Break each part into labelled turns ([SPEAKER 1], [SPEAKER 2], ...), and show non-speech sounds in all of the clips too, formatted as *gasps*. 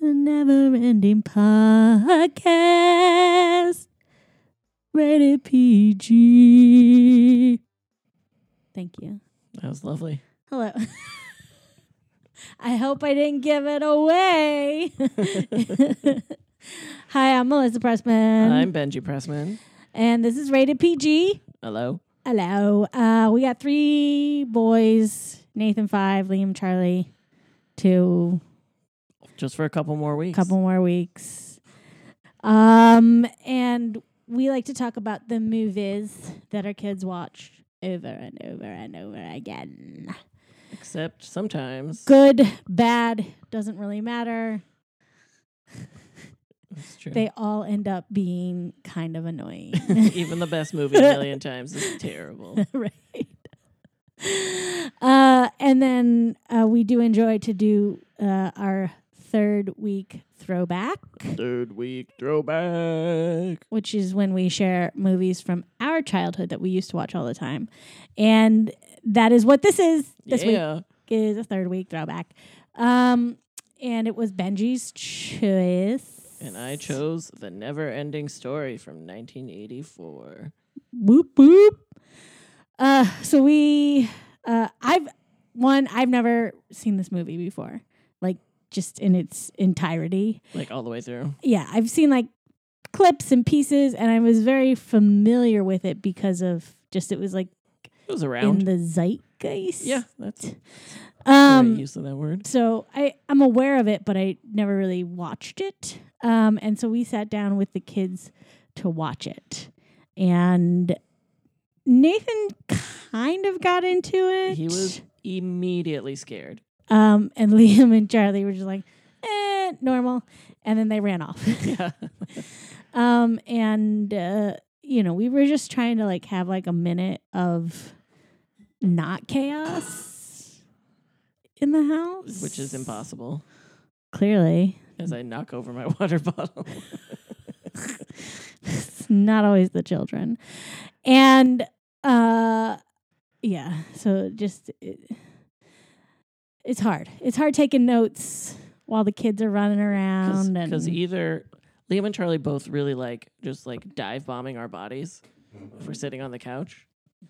[SPEAKER 1] The never ending podcast. Rated PG. Thank you.
[SPEAKER 2] That was lovely.
[SPEAKER 1] Hello. *laughs* I hope I didn't give it away. *laughs* Hi, I'm Melissa Pressman.
[SPEAKER 2] I'm Benji Pressman.
[SPEAKER 1] and this is Rated PG.
[SPEAKER 2] Hello.
[SPEAKER 1] Hello. Uh, we got three boys Nathan, five, Liam, Charlie, two,
[SPEAKER 2] Just for a couple more weeks.
[SPEAKER 1] couple more weeks. Um, and we like to talk about the movies that our kids watch over and over and over again.
[SPEAKER 2] Except sometimes.
[SPEAKER 1] Good, bad, doesn't really matter.
[SPEAKER 2] That's true. *laughs*
[SPEAKER 1] They all end up being kind of annoying. *laughs*
[SPEAKER 2] Even the best movie a million times is terrible.
[SPEAKER 1] right. Uh, and then uh, we do enjoy to do uh, our third week throwback,
[SPEAKER 2] Third week throwback.
[SPEAKER 1] which is when we share movies from our childhood that we used to watch all the time. And that is what this is. This week
[SPEAKER 2] yeah.
[SPEAKER 1] is a third week throwback. Um, and it was Benji's choice.
[SPEAKER 2] And I chose The Never Ending Story from 1984.
[SPEAKER 1] Boop boop. Uh, so we, uh, I've one. I've never seen this movie before, like just in its entirety.
[SPEAKER 2] Like all the way through.
[SPEAKER 1] Yeah, I've seen like clips and pieces, and I was very familiar with it because of just it was like
[SPEAKER 2] It was
[SPEAKER 1] in
[SPEAKER 2] around.
[SPEAKER 1] the zeitgeist.
[SPEAKER 2] yeah, that's the right
[SPEAKER 1] Um.
[SPEAKER 2] use of that word.
[SPEAKER 1] So I I'm aware of it, but I never really watched it. Um. And so we sat down with the kids to watch it, and Nathan kind of got into it.
[SPEAKER 2] He was immediately scared.
[SPEAKER 1] Um. And *laughs* Liam and Charlie were just like, eh, normal, and then they ran off. *laughs*
[SPEAKER 2] Yeah.
[SPEAKER 1] Um, and uh, you know, we were just trying to like have like a minute of not chaos in the house,
[SPEAKER 2] Which is impossible
[SPEAKER 1] Clearly,
[SPEAKER 2] as I knock over my *laughs* water bottle.
[SPEAKER 1] it's not always the children, and uh, yeah. So just it, it's hard. It's hard taking notes while the kids are running around and
[SPEAKER 2] because either Liam and Charlie both really like just like dive bombing our bodies if we're sitting on the couch.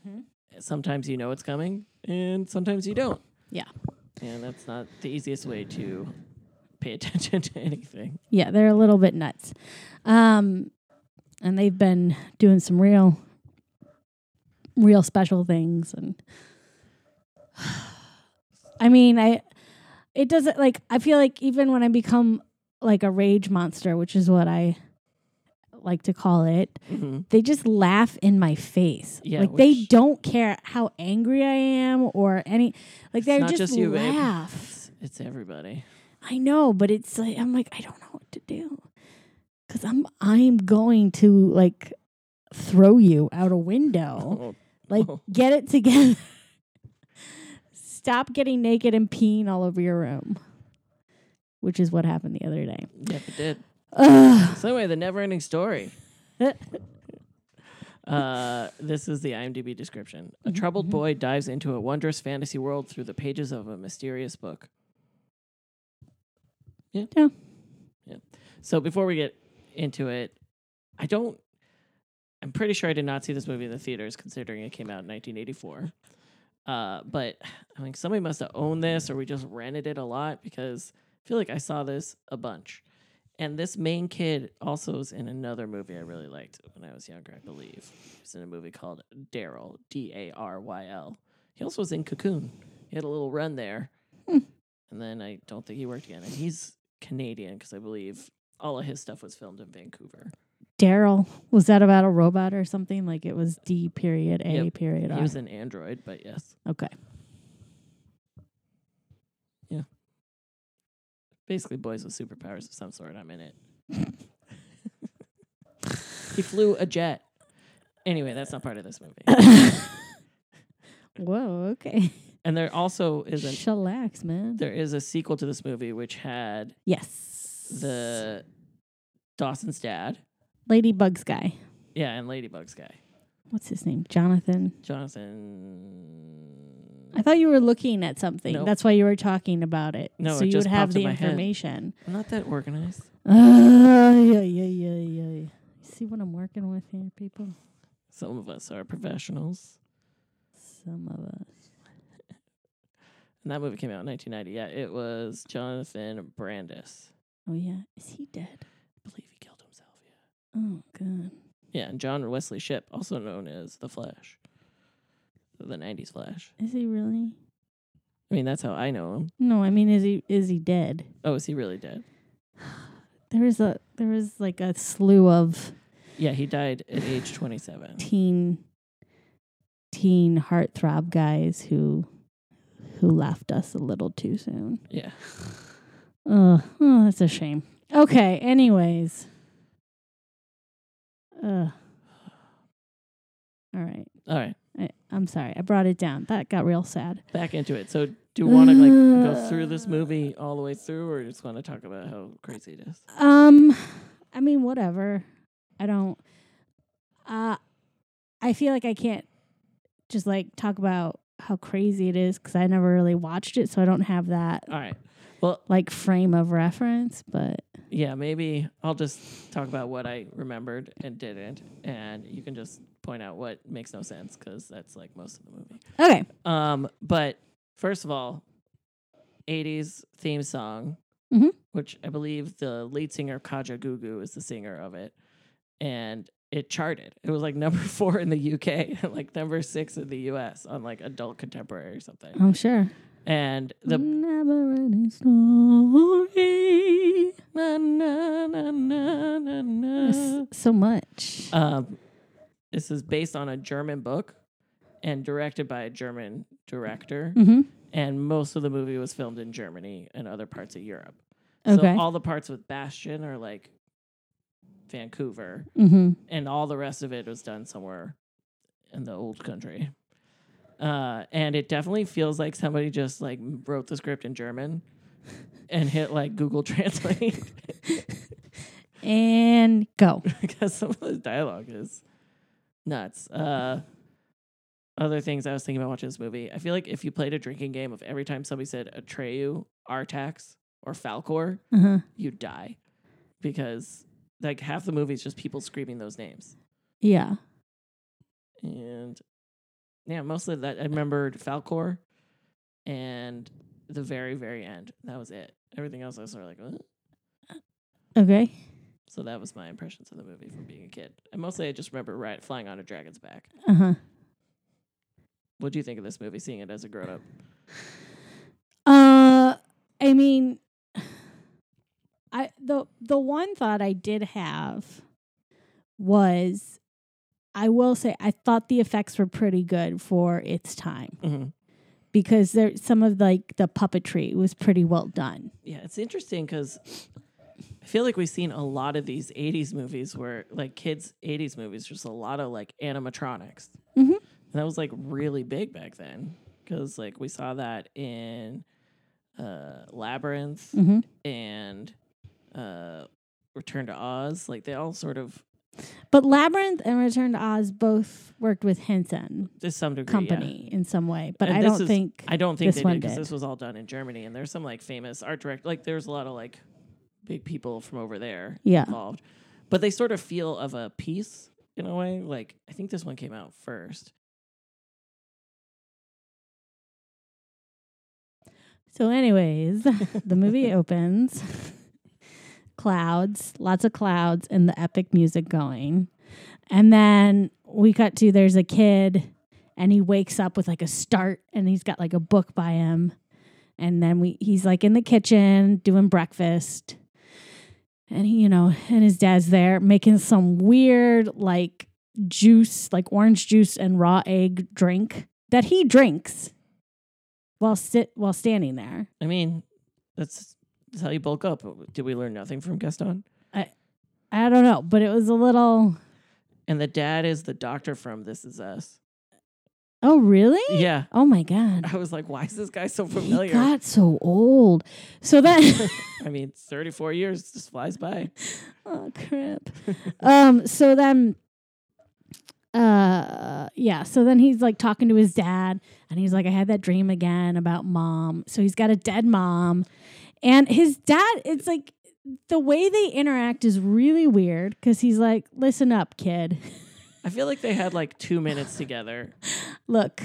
[SPEAKER 1] Mhm.
[SPEAKER 2] Sometimes you know it's coming, and sometimes you don't.
[SPEAKER 1] Yeah.
[SPEAKER 2] and that's not the easiest way to pay attention *laughs* to anything.
[SPEAKER 1] Yeah, they're a little bit nuts. Um, and they've been doing some real, real special things. And *sighs* I mean, I, it doesn't like, I feel like even when I become like a rage monster, which is what I like to call it,
[SPEAKER 2] Mhm.
[SPEAKER 1] they just laugh in my face.
[SPEAKER 2] Yeah,
[SPEAKER 1] like they
[SPEAKER 2] which-
[SPEAKER 1] don't care how angry I am or any, like
[SPEAKER 2] It's
[SPEAKER 1] they're
[SPEAKER 2] not
[SPEAKER 1] just,
[SPEAKER 2] just you, babe.
[SPEAKER 1] laugh.
[SPEAKER 2] It's everybody.
[SPEAKER 1] I know, but it's like I'm like I don't know what to do because I'm I'm going to like throw you out a
[SPEAKER 2] *laughs*
[SPEAKER 1] window. Like
[SPEAKER 2] Oh.
[SPEAKER 1] get it together. Stop getting naked and peeing all over your room, which is what happened the other day.
[SPEAKER 2] yep, it did.
[SPEAKER 1] Ugh.
[SPEAKER 2] So anyway, the never-ending story. *laughs* Uh, this is the IMDb description. A troubled boy dives into a wondrous fantasy world through the pages of a mysterious book. Yeah.
[SPEAKER 1] Yeah.
[SPEAKER 2] Yeah. So before we get into it, I don't. I'm pretty sure I did not see this movie in the theaters, considering it came out in 1984. Uh, but I mean, somebody must have owned this, or we just rented it a lot because I feel like I saw this a bunch. And this main kid also is in another movie I really liked when I was younger, I believe. He was in a movie called Daryl, D A R Y L. He also was in Cocoon. He had a little run there. And then I don't think he worked again. And he's Canadian because I believe all of his stuff was filmed in Vancouver.
[SPEAKER 1] Daryl, was that about a robot or something? Like it was D period A
[SPEAKER 2] Yep.
[SPEAKER 1] period
[SPEAKER 2] He
[SPEAKER 1] R.
[SPEAKER 2] was an android, but yes. *laughs*
[SPEAKER 1] okay.
[SPEAKER 2] Basically, boys with superpowers of some sort. I'm in it. he flew a jet. Anyway, that's not part of this movie.
[SPEAKER 1] Whoa. Okay.
[SPEAKER 2] And there also is an
[SPEAKER 1] Chillax, man.
[SPEAKER 2] there is a sequel to this movie which had
[SPEAKER 1] Yes.
[SPEAKER 2] the Dawson's dad,
[SPEAKER 1] Ladybugs guy.
[SPEAKER 2] yeah, and Ladybug's guy,
[SPEAKER 1] What's his name? Jonathan.
[SPEAKER 2] Jonathan.
[SPEAKER 1] I thought you were looking at something.
[SPEAKER 2] Nope.
[SPEAKER 1] That's why you were talking about it.
[SPEAKER 2] No,
[SPEAKER 1] so
[SPEAKER 2] it
[SPEAKER 1] you
[SPEAKER 2] just
[SPEAKER 1] would have
[SPEAKER 2] popped
[SPEAKER 1] the
[SPEAKER 2] in my head.
[SPEAKER 1] information.
[SPEAKER 2] I'm not that organized.
[SPEAKER 1] Uh, yeah, yeah, yeah, yeah. See what I'm working with here, people.
[SPEAKER 2] Some of us are professionals.
[SPEAKER 1] Some of us.
[SPEAKER 2] And that movie came out in 1990. Yeah, it was Jonathan Brandis.
[SPEAKER 1] Oh yeah, is he dead?
[SPEAKER 2] I believe he killed himself. Yeah.
[SPEAKER 1] Oh god.
[SPEAKER 2] Yeah, and John Wesley Shipp, also known as the Flash, the 90s Flash.
[SPEAKER 1] Is he really?
[SPEAKER 2] I mean, that's how I know him.
[SPEAKER 1] No, I mean, is he is he dead?
[SPEAKER 2] Oh, is he really dead?
[SPEAKER 1] There was a there was like a slew of
[SPEAKER 2] Yeah, he died at age 27.
[SPEAKER 1] teen teen heartthrob guys who who left us a little too soon.
[SPEAKER 2] Yeah.
[SPEAKER 1] Ugh, oh, that's a shame. Okay, anyways. Ugh. All right.
[SPEAKER 2] All right,
[SPEAKER 1] I, I'm sorry. I brought it down. That got real sad.
[SPEAKER 2] back into it. So, do you want to like go through this movie all the way through, or just want to talk about how crazy it is?
[SPEAKER 1] Um, I mean, whatever. I don't. Uh, I feel like I can't just like talk about how crazy it is because I never really watched it, so I don't have that
[SPEAKER 2] All right.
[SPEAKER 1] like frame of reference. But
[SPEAKER 2] Yeah, maybe I'll just talk about what I remembered and didn't, and you can just point out what makes no sense because that's like most of the movie.
[SPEAKER 1] okay,
[SPEAKER 2] Um, but first of all, '80s theme song,
[SPEAKER 1] Mhm.
[SPEAKER 2] which I believe the lead singer Kaja Gugu is the singer of it, and it charted. It was like *laughs* number four in the UK and like number six in the US on like adult contemporary or something.
[SPEAKER 1] I'm sure.
[SPEAKER 2] And the
[SPEAKER 1] never ending Mm-hmm. story.
[SPEAKER 2] na na na na na na.
[SPEAKER 1] There's so much.
[SPEAKER 2] Um, this is based on a German book and directed by a German director.
[SPEAKER 1] mm-hmm.
[SPEAKER 2] And most of the movie was filmed in Germany and other parts of Europe.
[SPEAKER 1] Okay.
[SPEAKER 2] So all the parts with Bastion are like Vancouver,
[SPEAKER 1] Mm-hmm.
[SPEAKER 2] and all the rest of it was done somewhere in the old country. Uh, and it definitely feels like somebody just like wrote the script in German and hit like Google *laughs* Translate
[SPEAKER 1] Mm-hmm. *laughs* And go.
[SPEAKER 2] *laughs* because some of the dialogue is nuts. Uh, other things I was thinking about watching this movie. I feel like if you played a drinking game of every time somebody said Atreyu, Artax, or Falcor,
[SPEAKER 1] Uh-huh.
[SPEAKER 2] you die because like half the movie is just people screaming those names.
[SPEAKER 1] Yeah.
[SPEAKER 2] And yeah, mostly that I remembered Falcor and the very very end. That was it. Everything else I was sort of like, "Huh?"
[SPEAKER 1] Okay.
[SPEAKER 2] so that was my impressions of the movie from being a kid. And mostly I just remember right flying on a dragon's back.
[SPEAKER 1] Uh huh.
[SPEAKER 2] What do you think of this movie? Seeing it as a grown up,
[SPEAKER 1] Uh, I mean, I the the one thought I did have was, I will say, I thought the effects were pretty good for its time
[SPEAKER 2] mm-hmm.
[SPEAKER 1] because there some of like the puppetry was pretty well done.
[SPEAKER 2] yeah, it's interesting because I feel like we've seen a lot of these '80s movies where, like, kids' '80s movies, just a lot of like animatronics.
[SPEAKER 1] Mhm.
[SPEAKER 2] And that was like really big back then because, like, we saw that in uh, Labyrinth
[SPEAKER 1] Mm-hmm.
[SPEAKER 2] and uh, Return to Oz. Like, they all sort of
[SPEAKER 1] But Labyrinth and Return to Oz both worked with Henson
[SPEAKER 2] to some degree yeah.
[SPEAKER 1] Company in some way, but
[SPEAKER 2] And
[SPEAKER 1] I
[SPEAKER 2] this
[SPEAKER 1] don't
[SPEAKER 2] is-
[SPEAKER 1] think
[SPEAKER 2] I don't think
[SPEAKER 1] This
[SPEAKER 2] they
[SPEAKER 1] one
[SPEAKER 2] did because
[SPEAKER 1] did.
[SPEAKER 2] this was all done in Germany, and there's some like famous art director. Like there's a lot of like big people from over there
[SPEAKER 1] Yeah.
[SPEAKER 2] involved, but they sort of feel of a piece in a way. Like I think this one came out first.
[SPEAKER 1] So, anyways, the movie opens. clouds, lots of clouds, and the epic music going. And then we cut to there's a kid, and he wakes up with like a start, and he's got like a book by him. And then we he's like in the kitchen doing breakfast. And he, you know, and his dad's there making some weird like juice, like orange juice and raw egg drink that he drinks while sit while standing there.
[SPEAKER 2] *laughs* I mean, that's, that's how you bulk up. Did we learn nothing from Gaston?
[SPEAKER 1] I don't know, but it was a little.
[SPEAKER 2] And the dad is the doctor from This Is Us.
[SPEAKER 1] Oh, really?
[SPEAKER 2] Yeah,
[SPEAKER 1] Oh my
[SPEAKER 2] *laughs*
[SPEAKER 1] god,
[SPEAKER 2] I was like, why is this guy so
[SPEAKER 1] he
[SPEAKER 2] familiar?
[SPEAKER 1] got so old. So then, *laughs*
[SPEAKER 2] I mean, 34 years just flies by.
[SPEAKER 1] oh crap. Um, so then, uh yeah so then he's like talking to his dad and he's like i had that dream again about mom so he's got a dead mom and his dad it's like the way they interact is really weird because he's like listen up kid
[SPEAKER 2] I feel like they had like two minutes together.
[SPEAKER 1] look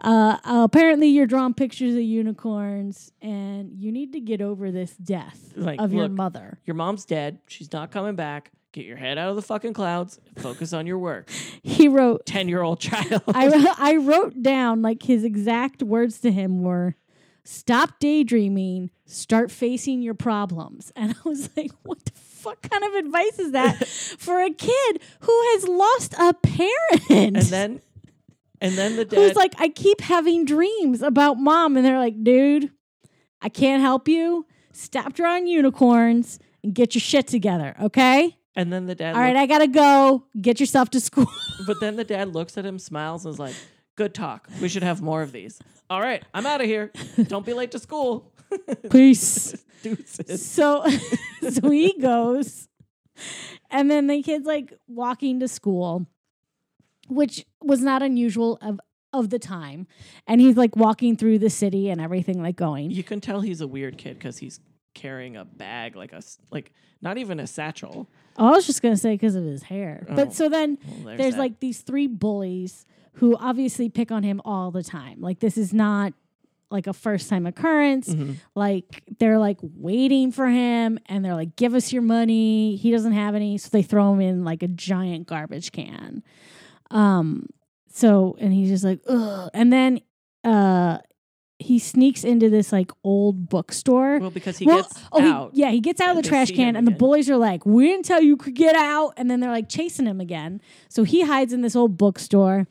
[SPEAKER 1] uh apparently you're drawing pictures of unicorns and you need to get over this death
[SPEAKER 2] Like,
[SPEAKER 1] of your
[SPEAKER 2] look,
[SPEAKER 1] mother
[SPEAKER 2] Your mom's dead. She's not coming back. Get your head out of the fucking clouds. and Focus on your work.
[SPEAKER 1] he wrote
[SPEAKER 2] 10 year old *laughs* child.
[SPEAKER 1] I, *laughs* wrote- I wrote down like his exact words to him were stop daydreaming start facing your problems and i was like what the fuck kind of advice is
[SPEAKER 2] *laughs*
[SPEAKER 1] that for a kid who has lost a parent
[SPEAKER 2] and then, and then the
[SPEAKER 1] *laughs*
[SPEAKER 2] dad.
[SPEAKER 1] who's like i keep having dreams about mom and they're like dude i can't help you stop drawing unicorns and get your shit together okay
[SPEAKER 2] and then the dad.
[SPEAKER 1] all right i gotta go get yourself to school
[SPEAKER 2] look- but then the dad looks at him, smiles, and is like, "Good talk. We should have more of these." All right, I'm out of here. Don't be late
[SPEAKER 1] *laughs*
[SPEAKER 2] to school.
[SPEAKER 1] peace
[SPEAKER 2] Deuces.
[SPEAKER 1] So *laughs* so he goes. And then the kid's like walking to school, which was not unusual of of the time. And he's like walking through the city and everything like going.
[SPEAKER 2] You can tell he's a weird kid because he's carrying a bag, like a s- like not even a satchel.
[SPEAKER 1] Oh, I was just gonna say because of his hair.
[SPEAKER 2] Oh.
[SPEAKER 1] But so then
[SPEAKER 2] Well,
[SPEAKER 1] there's,
[SPEAKER 2] that.
[SPEAKER 1] like these three bullies who obviously pick on him all the time. Like this is not like a first time occurrence.
[SPEAKER 2] Mhm.
[SPEAKER 1] like they're like waiting for him and they're like give us your money he doesn't have any so they throw him in like a giant garbage can um so and he's just like Ugh. and then uh he sneaks into this like old bookstore
[SPEAKER 2] Well, because he
[SPEAKER 1] Well,
[SPEAKER 2] gets
[SPEAKER 1] oh, he-
[SPEAKER 2] out.
[SPEAKER 1] yeah, he gets out of
[SPEAKER 2] and
[SPEAKER 1] the
[SPEAKER 2] they
[SPEAKER 1] trash
[SPEAKER 2] see
[SPEAKER 1] can,
[SPEAKER 2] him
[SPEAKER 1] and the
[SPEAKER 2] again.
[SPEAKER 1] bullies are like, "We didn't tell you could get out," and then they're like chasing him again. So he hides in this old bookstore,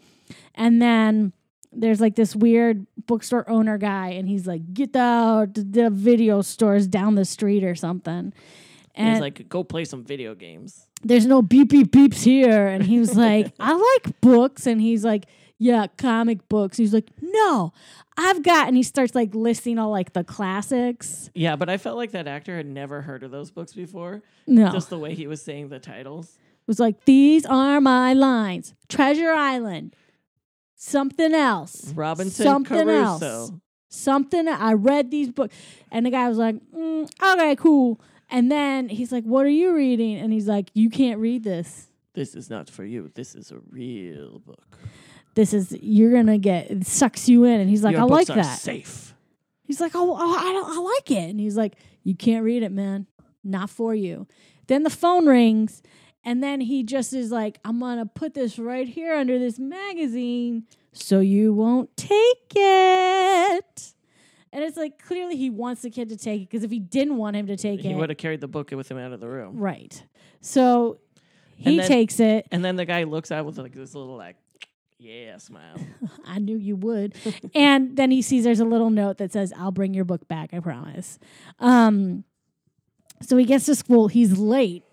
[SPEAKER 1] and then there's like this weird bookstore owner guy, and he's like, "Get out! The- The video store's down the street or something."
[SPEAKER 2] And
[SPEAKER 1] And
[SPEAKER 2] he's like, "Go play some video games."
[SPEAKER 1] there's no beep beep beeps here, and he was
[SPEAKER 2] *laughs*
[SPEAKER 1] like, "I like books," and he's like. Yeah, comic books. He's like, no, I've got, and he starts like listing all like the classics.
[SPEAKER 2] Yeah, but I felt like that actor had never heard of those books before.
[SPEAKER 1] No,
[SPEAKER 2] Just the way he was saying the titles.
[SPEAKER 1] was like, these are my lines. Treasure Island. Something else.
[SPEAKER 2] Robinson
[SPEAKER 1] Something
[SPEAKER 2] Caruso.
[SPEAKER 1] else. Something I read these books. And the guy was like, mm, okay, cool. And then he's like, what are you reading? And he's like, you can't read this.
[SPEAKER 2] This is not for you. This is a real book.
[SPEAKER 1] This is, you're going to get, it sucks you in. And he's like,
[SPEAKER 2] Your
[SPEAKER 1] I like
[SPEAKER 2] books are
[SPEAKER 1] that.
[SPEAKER 2] safe.
[SPEAKER 1] He's like, oh, oh, I don't, I like it. And he's like, you can't read it, man. Not for you. Then the phone rings, and then he just is like, I'm gonna put this right here under this magazine, so you won't take it. And it's like clearly he wants the kid to take it because if he didn't want him to take
[SPEAKER 2] He would
[SPEAKER 1] it,
[SPEAKER 2] have carried the book with him out of the room.
[SPEAKER 1] right? So he
[SPEAKER 2] And then-
[SPEAKER 1] takes it.
[SPEAKER 2] And then the guy looks out with like this little like,
[SPEAKER 1] *laughs*
[SPEAKER 2] yeah, smile.
[SPEAKER 1] I knew you would. and then he sees there's a little note that says, I'll bring your book back, I promise. Um, so he gets to school, he's late.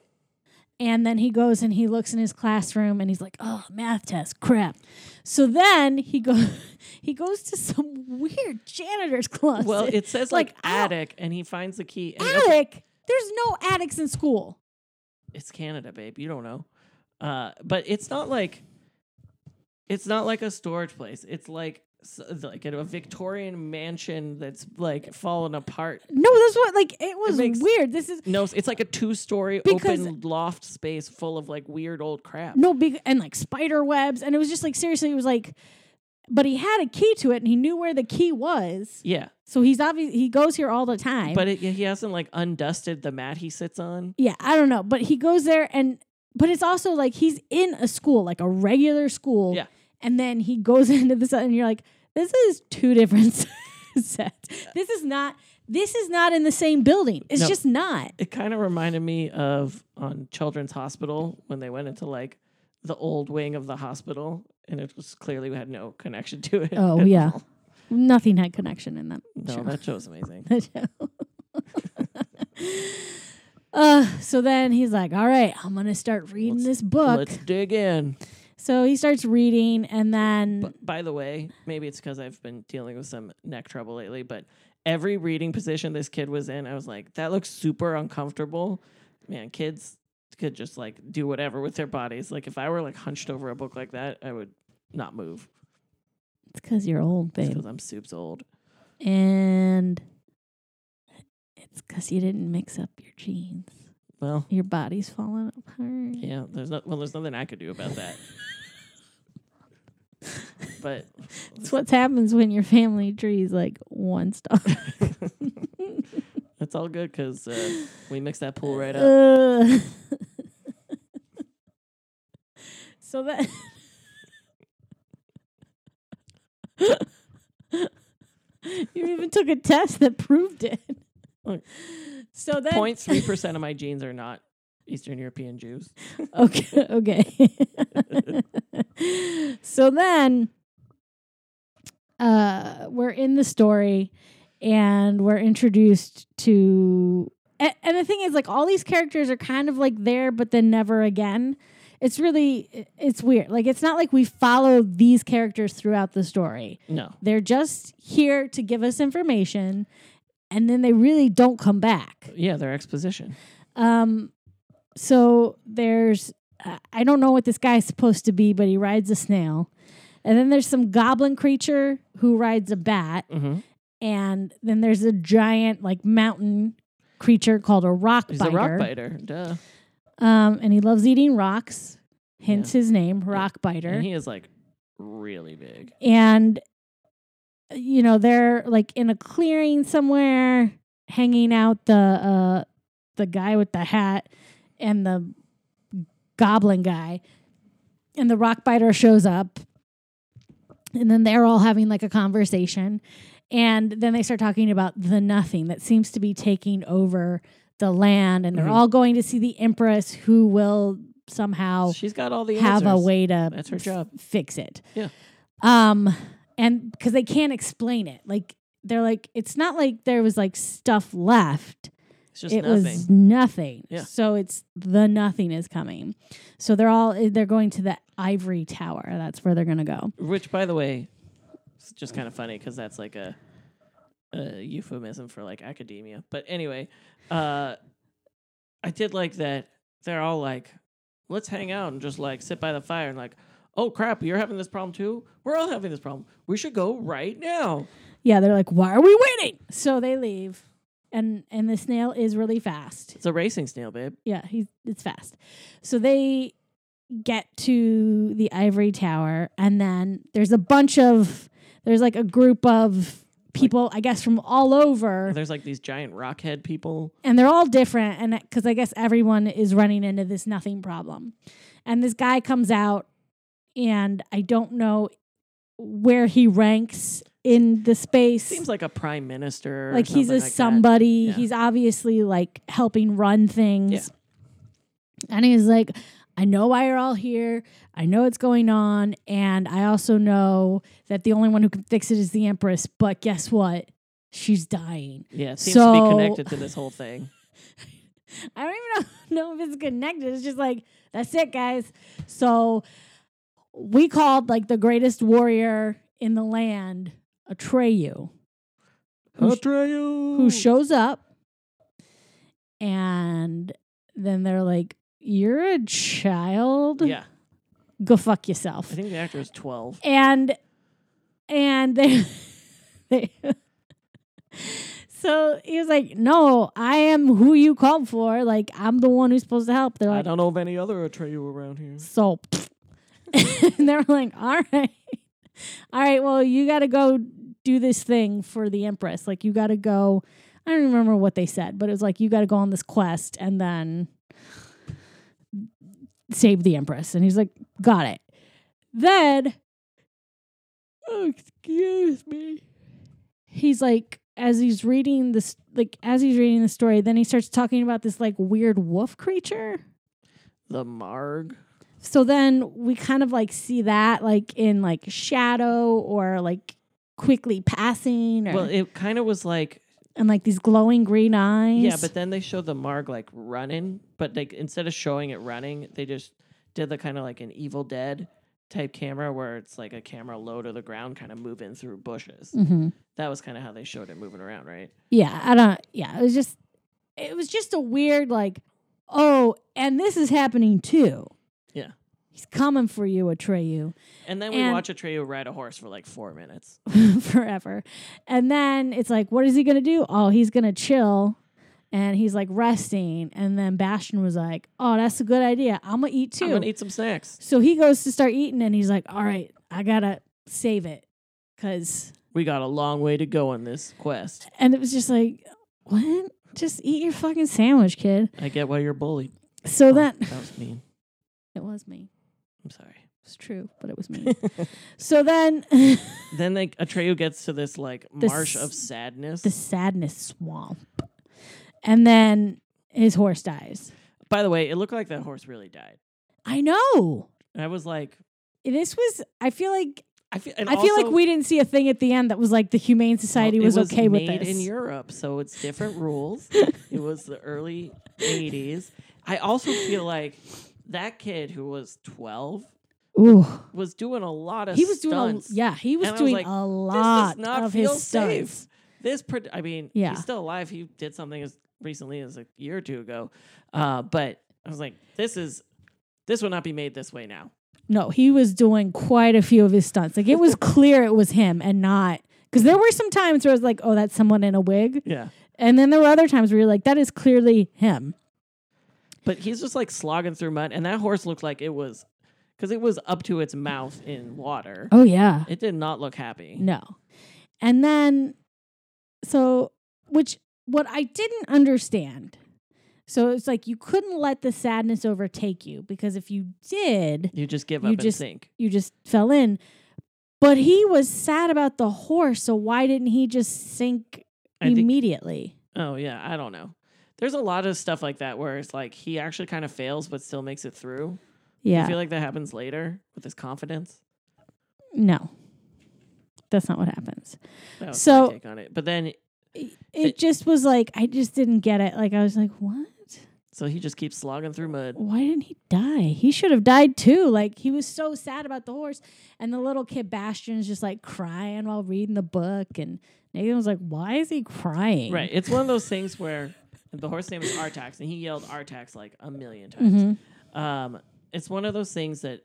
[SPEAKER 1] And then he goes and he looks in his classroom and he's like, "Oh, math test, crap." So then he goes *laughs* he goes to some weird janitor's closet.
[SPEAKER 2] well, it says like,
[SPEAKER 1] Like, I don't-
[SPEAKER 2] attic, and he finds the key. And he opens-
[SPEAKER 1] attic. There's no attics in school.
[SPEAKER 2] it's Canada, babe. You don't know. Uh, but it's not like it's not like a storage place. It's like s- like a Victorian mansion that's like fallen apart.
[SPEAKER 1] No, that's what like it was
[SPEAKER 2] makes-
[SPEAKER 1] weird. This is
[SPEAKER 2] No, it's like a two-story
[SPEAKER 1] Because-
[SPEAKER 2] open loft space full of like weird old crap.
[SPEAKER 1] no big and like spider webs and it was just like seriously it was like but he had a key to it and he knew where the key was
[SPEAKER 2] Yeah,
[SPEAKER 1] so he's obvious he goes here all the time
[SPEAKER 2] but it, he hasn't like undusted the mat he sits on.
[SPEAKER 1] yeah i don't know but he goes there and but it's also like he's in a school like a regular school
[SPEAKER 2] Yeah.
[SPEAKER 1] and then he goes *laughs* into this and you're like this is two different *laughs* sets this is not this is not in the same building it's
[SPEAKER 2] No.
[SPEAKER 1] just not
[SPEAKER 2] It kind of reminded me of on Children's Hospital when they went into like the old wing of the hospital, and it was clearly had no connection *laughs* to it.
[SPEAKER 1] Oh,
[SPEAKER 2] at
[SPEAKER 1] yeah.
[SPEAKER 2] all.
[SPEAKER 1] nothing had connection in that
[SPEAKER 2] no,
[SPEAKER 1] show.
[SPEAKER 2] that show's amazing.
[SPEAKER 1] the show. uh, so then he's like, "All right, I'm gonna start reading
[SPEAKER 2] Let's-
[SPEAKER 1] this book."
[SPEAKER 2] Let's dig in.
[SPEAKER 1] so he starts reading, and then
[SPEAKER 2] But by the way, maybe it's because I've been dealing with some neck trouble lately, but every reading position this kid was in, I was like, that looks super uncomfortable. Man, kids could just like do whatever with their bodies. Like if I were like hunched over a book like that, I would not move
[SPEAKER 1] It's because you're old, babe.
[SPEAKER 2] because I'm soups old.
[SPEAKER 1] And it's because you didn't mix up your jeans.
[SPEAKER 2] Well,
[SPEAKER 1] Your body's falling apart.
[SPEAKER 2] yeah, there's not. Well, there's nothing I could do about that. but
[SPEAKER 1] *laughs* It's what happens when your family tree is like one
[SPEAKER 2] *laughs*
[SPEAKER 1] star. *laughs*
[SPEAKER 2] it's all good because uh, we mixed that pool right up.
[SPEAKER 1] Ugh. *laughs* so that. *laughs* you even took a test that proved it.
[SPEAKER 2] Look.
[SPEAKER 1] so that
[SPEAKER 2] Point three percent of my genes are not Eastern European Jews.
[SPEAKER 1] Okay. *laughs* Okay. so then uh we're in the story and we're introduced to a- and the thing is like all these characters are kind of like there but then never again. It's really i- it's weird. Like it's not like we follow these characters throughout the story.
[SPEAKER 2] No,
[SPEAKER 1] They're just here to give us information and then they really don't come back.
[SPEAKER 2] yeah, they're exposition.
[SPEAKER 1] Um, so there's, uh, I don't know what this guy's supposed to be, but he rides a snail. And then there's some goblin creature who rides a bat.
[SPEAKER 2] Mm-hmm.
[SPEAKER 1] And then there's a giant, like, mountain creature called a rock
[SPEAKER 2] He's
[SPEAKER 1] biter.
[SPEAKER 2] a rock biter. Duh.
[SPEAKER 1] Um, and he loves eating rocks, hence his name, rock biter.
[SPEAKER 2] And he is like really big.
[SPEAKER 1] and uh, you know they're like in a clearing somewhere hanging out the uh the guy with the hat and the goblin guy and the rock biter shows up and then they're all having like a conversation and then they start talking about the nothing that seems to be taking over the land and they're
[SPEAKER 2] Mhm.
[SPEAKER 1] all going to see the empress who will somehow
[SPEAKER 2] She's got all the
[SPEAKER 1] have a
[SPEAKER 2] answers.
[SPEAKER 1] way to
[SPEAKER 2] That's her
[SPEAKER 1] f-
[SPEAKER 2] job.
[SPEAKER 1] fix it.
[SPEAKER 2] Yeah.
[SPEAKER 1] Um, and because they can't explain it, like they're like, it's not like there was like stuff left.
[SPEAKER 2] It's just
[SPEAKER 1] it
[SPEAKER 2] nothing.
[SPEAKER 1] was nothing.
[SPEAKER 2] Yeah.
[SPEAKER 1] So it's the nothing is coming. So they're all eh, they're going to the ivory tower. That's where they're gonna go.
[SPEAKER 2] Which, by the way, it's just kind of funny because that's like a, a euphemism for like academia. But anyway, uh, I did like that they're all like, let's hang out and just like sit by the fire and like, oh crap, you're having this problem too? We're all having this problem. We should go right now.
[SPEAKER 1] Yeah, they're like, why are we waiting? So they leave, and and the snail is really fast.
[SPEAKER 2] It's a racing snail, babe.
[SPEAKER 1] Yeah, he's it's fast. So they get to the ivory tower and then there's a bunch of there's like a group of people I guess from all over
[SPEAKER 2] There's like these giant rockhead people.
[SPEAKER 1] and they're all different and cuz I guess everyone is running into this nothing problem. And this guy comes out and I don't know where he ranks in the space
[SPEAKER 2] Seems like a prime minister. or
[SPEAKER 1] like he's a
[SPEAKER 2] something like that.
[SPEAKER 1] somebody
[SPEAKER 2] Yeah.
[SPEAKER 1] he's obviously like helping run things
[SPEAKER 2] Yeah.
[SPEAKER 1] and he's like i know why you're all here i know what's going on and i also know that the only one who can fix it is the empress but guess what she's dying
[SPEAKER 2] Yeah, it seems to
[SPEAKER 1] So-
[SPEAKER 2] be connected to this whole thing.
[SPEAKER 1] i don't even *laughs* know, know if it's connected it's just like that's it guys so we called like the greatest warrior in the land atreyu Who sh-
[SPEAKER 2] Atreyu!
[SPEAKER 1] who shows up and then they're like you're a child
[SPEAKER 2] Yeah,
[SPEAKER 1] go fuck yourself
[SPEAKER 2] I think the actor is 12.
[SPEAKER 1] and and they, *laughs* they so he was like no i am who you called for like i'm the one who's supposed to help they're
[SPEAKER 2] I
[SPEAKER 1] like
[SPEAKER 2] don't know of any other Atreyu around here.
[SPEAKER 1] so *laughs* and they're like all right all right well you got to go do this thing for the empress like you got to go i don't remember what they said but it was like you got to go on this quest and then save the empress and he's like got it then oh, excuse me he's like as he's reading this like as he's reading the story then he starts talking about this like weird wolf creature
[SPEAKER 2] The Marg.
[SPEAKER 1] so then we kind of like see that like in like shadow or like quickly passing or,
[SPEAKER 2] Well, it kind of was like
[SPEAKER 1] and like these glowing green eyes.
[SPEAKER 2] yeah, but then they showed the Marg like running, but like instead of showing it running, they just did the kind of like an Evil Dead type camera where it's like a camera low to the ground, kind of moving through bushes.
[SPEAKER 1] Mhm.
[SPEAKER 2] That was kind of how they showed it moving around, right?
[SPEAKER 1] yeah, I don't. Yeah, it was just it was just a weird like oh, and this is happening too.
[SPEAKER 2] Yeah.
[SPEAKER 1] He's coming for you, Atreyu. *laughs*
[SPEAKER 2] And then we
[SPEAKER 1] And-
[SPEAKER 2] watch Atreyu ride a horse for like four minutes.
[SPEAKER 1] forever. And then it's like, what is he going to do? Oh, he's going to chill. And he's like resting. And then Bastion was like, oh, that's a good idea. I'm going to eat
[SPEAKER 2] I'm
[SPEAKER 1] too.
[SPEAKER 2] gonna eat some snacks.
[SPEAKER 1] so he goes to start eating and he's like, all right, I got to save it. Cause,
[SPEAKER 2] We got a long way to go on this quest.
[SPEAKER 1] and it was just like, what? Just eat your fucking sandwich, kid.
[SPEAKER 2] I get why you're bullied. Oh.
[SPEAKER 1] So that,
[SPEAKER 2] that was mean.
[SPEAKER 1] *laughs* it was me.
[SPEAKER 2] I'm sorry.
[SPEAKER 1] It's true, but it was
[SPEAKER 2] *laughs*
[SPEAKER 1] me. so then *laughs*
[SPEAKER 2] Then like Atreyu gets to this like
[SPEAKER 1] The
[SPEAKER 2] marsh
[SPEAKER 1] s-
[SPEAKER 2] of sadness.
[SPEAKER 1] the sadness swamp. And then his horse dies.
[SPEAKER 2] By the way, it looked like that horse really died.
[SPEAKER 1] I know.
[SPEAKER 2] And I was like,
[SPEAKER 1] this was i feel like
[SPEAKER 2] I feel. And
[SPEAKER 1] i feel like
[SPEAKER 2] also-
[SPEAKER 1] we didn't see a thing at the end that was like the humane society
[SPEAKER 2] Well,
[SPEAKER 1] was,
[SPEAKER 2] it was
[SPEAKER 1] okay with
[SPEAKER 2] made
[SPEAKER 1] this
[SPEAKER 2] in Europe, so it's
[SPEAKER 1] *laughs*
[SPEAKER 2] different rules. it was the early '80s. I also feel like that kid who was 12
[SPEAKER 1] Ooh.
[SPEAKER 2] was doing a lot of
[SPEAKER 1] he was doing a,
[SPEAKER 2] stunts.
[SPEAKER 1] yeah he was
[SPEAKER 2] And I was
[SPEAKER 1] doing
[SPEAKER 2] like,
[SPEAKER 1] a
[SPEAKER 2] This
[SPEAKER 1] lot
[SPEAKER 2] does not
[SPEAKER 1] of
[SPEAKER 2] feel
[SPEAKER 1] his
[SPEAKER 2] safe.
[SPEAKER 1] stunts
[SPEAKER 2] This, pro- I mean,
[SPEAKER 1] Yeah.
[SPEAKER 2] he's still alive. He did something as recently as a year or two ago, uh, but I was like, this is this would not be made this way now.
[SPEAKER 1] no he was doing quite a few of his stunts like it
[SPEAKER 2] *laughs*
[SPEAKER 1] was clear it was him and not because there were some times where I was like, oh, that's someone in a wig.
[SPEAKER 2] Yeah,
[SPEAKER 1] And then there were other times where you're like, that is clearly him.
[SPEAKER 2] but he's just like slogging through mud, and that horse looked like it was because it was up to its mouth in water.
[SPEAKER 1] Oh, yeah.
[SPEAKER 2] It did not look happy.
[SPEAKER 1] No. And then, so, which, what I didn't understand. So it's like you couldn't let the sadness overtake you because if you did,
[SPEAKER 2] You just give
[SPEAKER 1] You
[SPEAKER 2] up
[SPEAKER 1] just-
[SPEAKER 2] and sink.
[SPEAKER 1] you just fell in. But he was sad about the horse. So why didn't he just sink
[SPEAKER 2] I think-
[SPEAKER 1] immediately?
[SPEAKER 2] Oh yeah, I don't know. There's a lot of stuff like that where it's like he actually kind of fails but still makes it through. I
[SPEAKER 1] Yeah.
[SPEAKER 2] feel like that happens later with his confidence.
[SPEAKER 1] no, that's not what happens.
[SPEAKER 2] That was
[SPEAKER 1] So-
[SPEAKER 2] my take on it. But then
[SPEAKER 1] It,
[SPEAKER 2] It-
[SPEAKER 1] it just was like, I just didn't get it. Like, I was like, what?
[SPEAKER 2] so he just keeps slogging through mud.
[SPEAKER 1] why didn't he die? He should have died too. Like he was so sad about the horse, and the little kid Bastion's just like crying while reading the book, and Nathan was like, "Why is he crying?"
[SPEAKER 2] Right. It's one of those things where the horse name is Artax and he yelled Artax like a million times.
[SPEAKER 1] hmm
[SPEAKER 2] Um it's one of those things that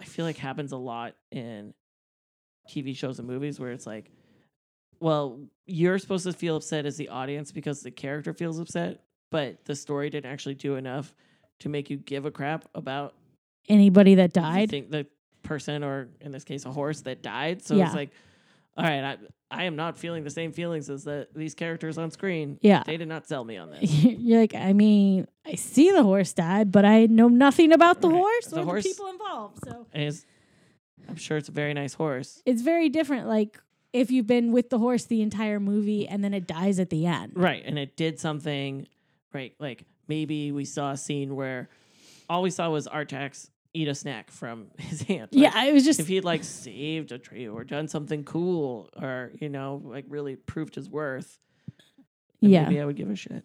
[SPEAKER 2] I feel like happens a lot in TV shows and movies where it's like well, you're supposed to feel upset as the audience because the character feels upset, but the story didn't actually do enough to make you give a crap about
[SPEAKER 1] Anybody that
[SPEAKER 2] the
[SPEAKER 1] died,
[SPEAKER 2] thing- the person, or in this case, a horse that died. So
[SPEAKER 1] Yeah.
[SPEAKER 2] it's like, all right, I, I am not feeling the same feelings as the, these characters on screen.
[SPEAKER 1] Yeah.
[SPEAKER 2] They did not sell me on this.
[SPEAKER 1] *laughs* you're like, I mean, I see the horse died, but I know nothing about the
[SPEAKER 2] Right.
[SPEAKER 1] horse
[SPEAKER 2] The
[SPEAKER 1] or
[SPEAKER 2] horse-
[SPEAKER 1] the people involved. So
[SPEAKER 2] And it's, I'm sure it's a very nice horse.
[SPEAKER 1] it's very different. Like if you've been with the horse the entire movie and then it dies at the end.
[SPEAKER 2] Right. And it did something, right? Like maybe we saw a scene where all we saw was Artax eat a snack from *laughs* his hand. Like,
[SPEAKER 1] yeah, it was *laughs* just
[SPEAKER 2] If he had like saved a tree or done something cool or, you know, like really proved his worth, then
[SPEAKER 1] yeah.
[SPEAKER 2] maybe I would give a shit.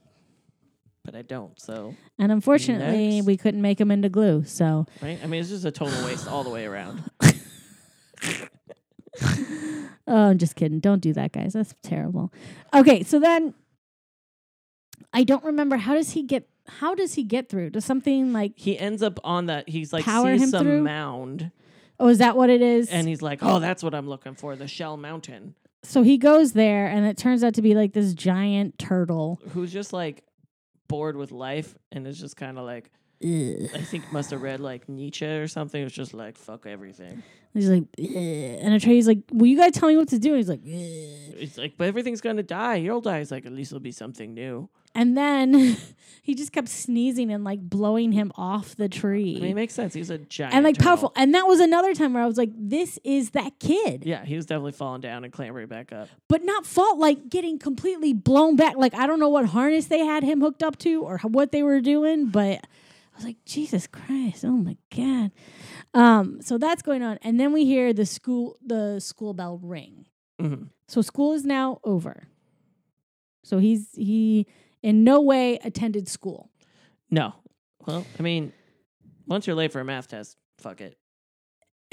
[SPEAKER 2] But I don't. So
[SPEAKER 1] And unfortunately,
[SPEAKER 2] Next.
[SPEAKER 1] we couldn't make him into glue. So
[SPEAKER 2] Right? I mean, it's just a total waste all the way around.
[SPEAKER 1] Oh, I'm just kidding. Don't do that, guys. That's terrible. Okay, so then I don't remember how does he get how does he get through? Does something like
[SPEAKER 2] He ends up on that. He's like
[SPEAKER 1] Power him
[SPEAKER 2] sees some
[SPEAKER 1] through?
[SPEAKER 2] mound,
[SPEAKER 1] oh is that what it is?
[SPEAKER 2] and he's like, "Oh, that's what I'm looking for. The Shell Mountain."
[SPEAKER 1] so he goes there and it turns out to be like this giant turtle.
[SPEAKER 2] Who's just like bored with life, and is just kind of like,
[SPEAKER 1] Ugh.
[SPEAKER 2] I think must have read like Nietzsche or something. It's just like, "Fuck everything."
[SPEAKER 1] He's like Ugh. and Atreus like, Will you guys tell me what to do? And he's like Ugh.
[SPEAKER 2] It's like, but everything's gonna die. You'll die. He's like, at least it'll be something new.
[SPEAKER 1] and then *laughs* he just kept sneezing and like blowing him off the
[SPEAKER 2] I mean, it
[SPEAKER 1] tree.
[SPEAKER 2] makes sense. He's a giant
[SPEAKER 1] And like
[SPEAKER 2] turtle.
[SPEAKER 1] powerful. And that was another time where I was like, This is that kid.
[SPEAKER 2] Yeah, he was definitely falling down and clambering back up.
[SPEAKER 1] but not fault like getting completely blown back. Like I don't know what harness they had him hooked up to or h- what they were doing, but I was like, Jesus Christ, oh my god. Um, so that's going on, and then we hear the school the school bell ring.
[SPEAKER 2] Mhm.
[SPEAKER 1] So school is now over. So he's he in no way attended school.
[SPEAKER 2] No, well, I mean, once you're late for a math test, fuck it.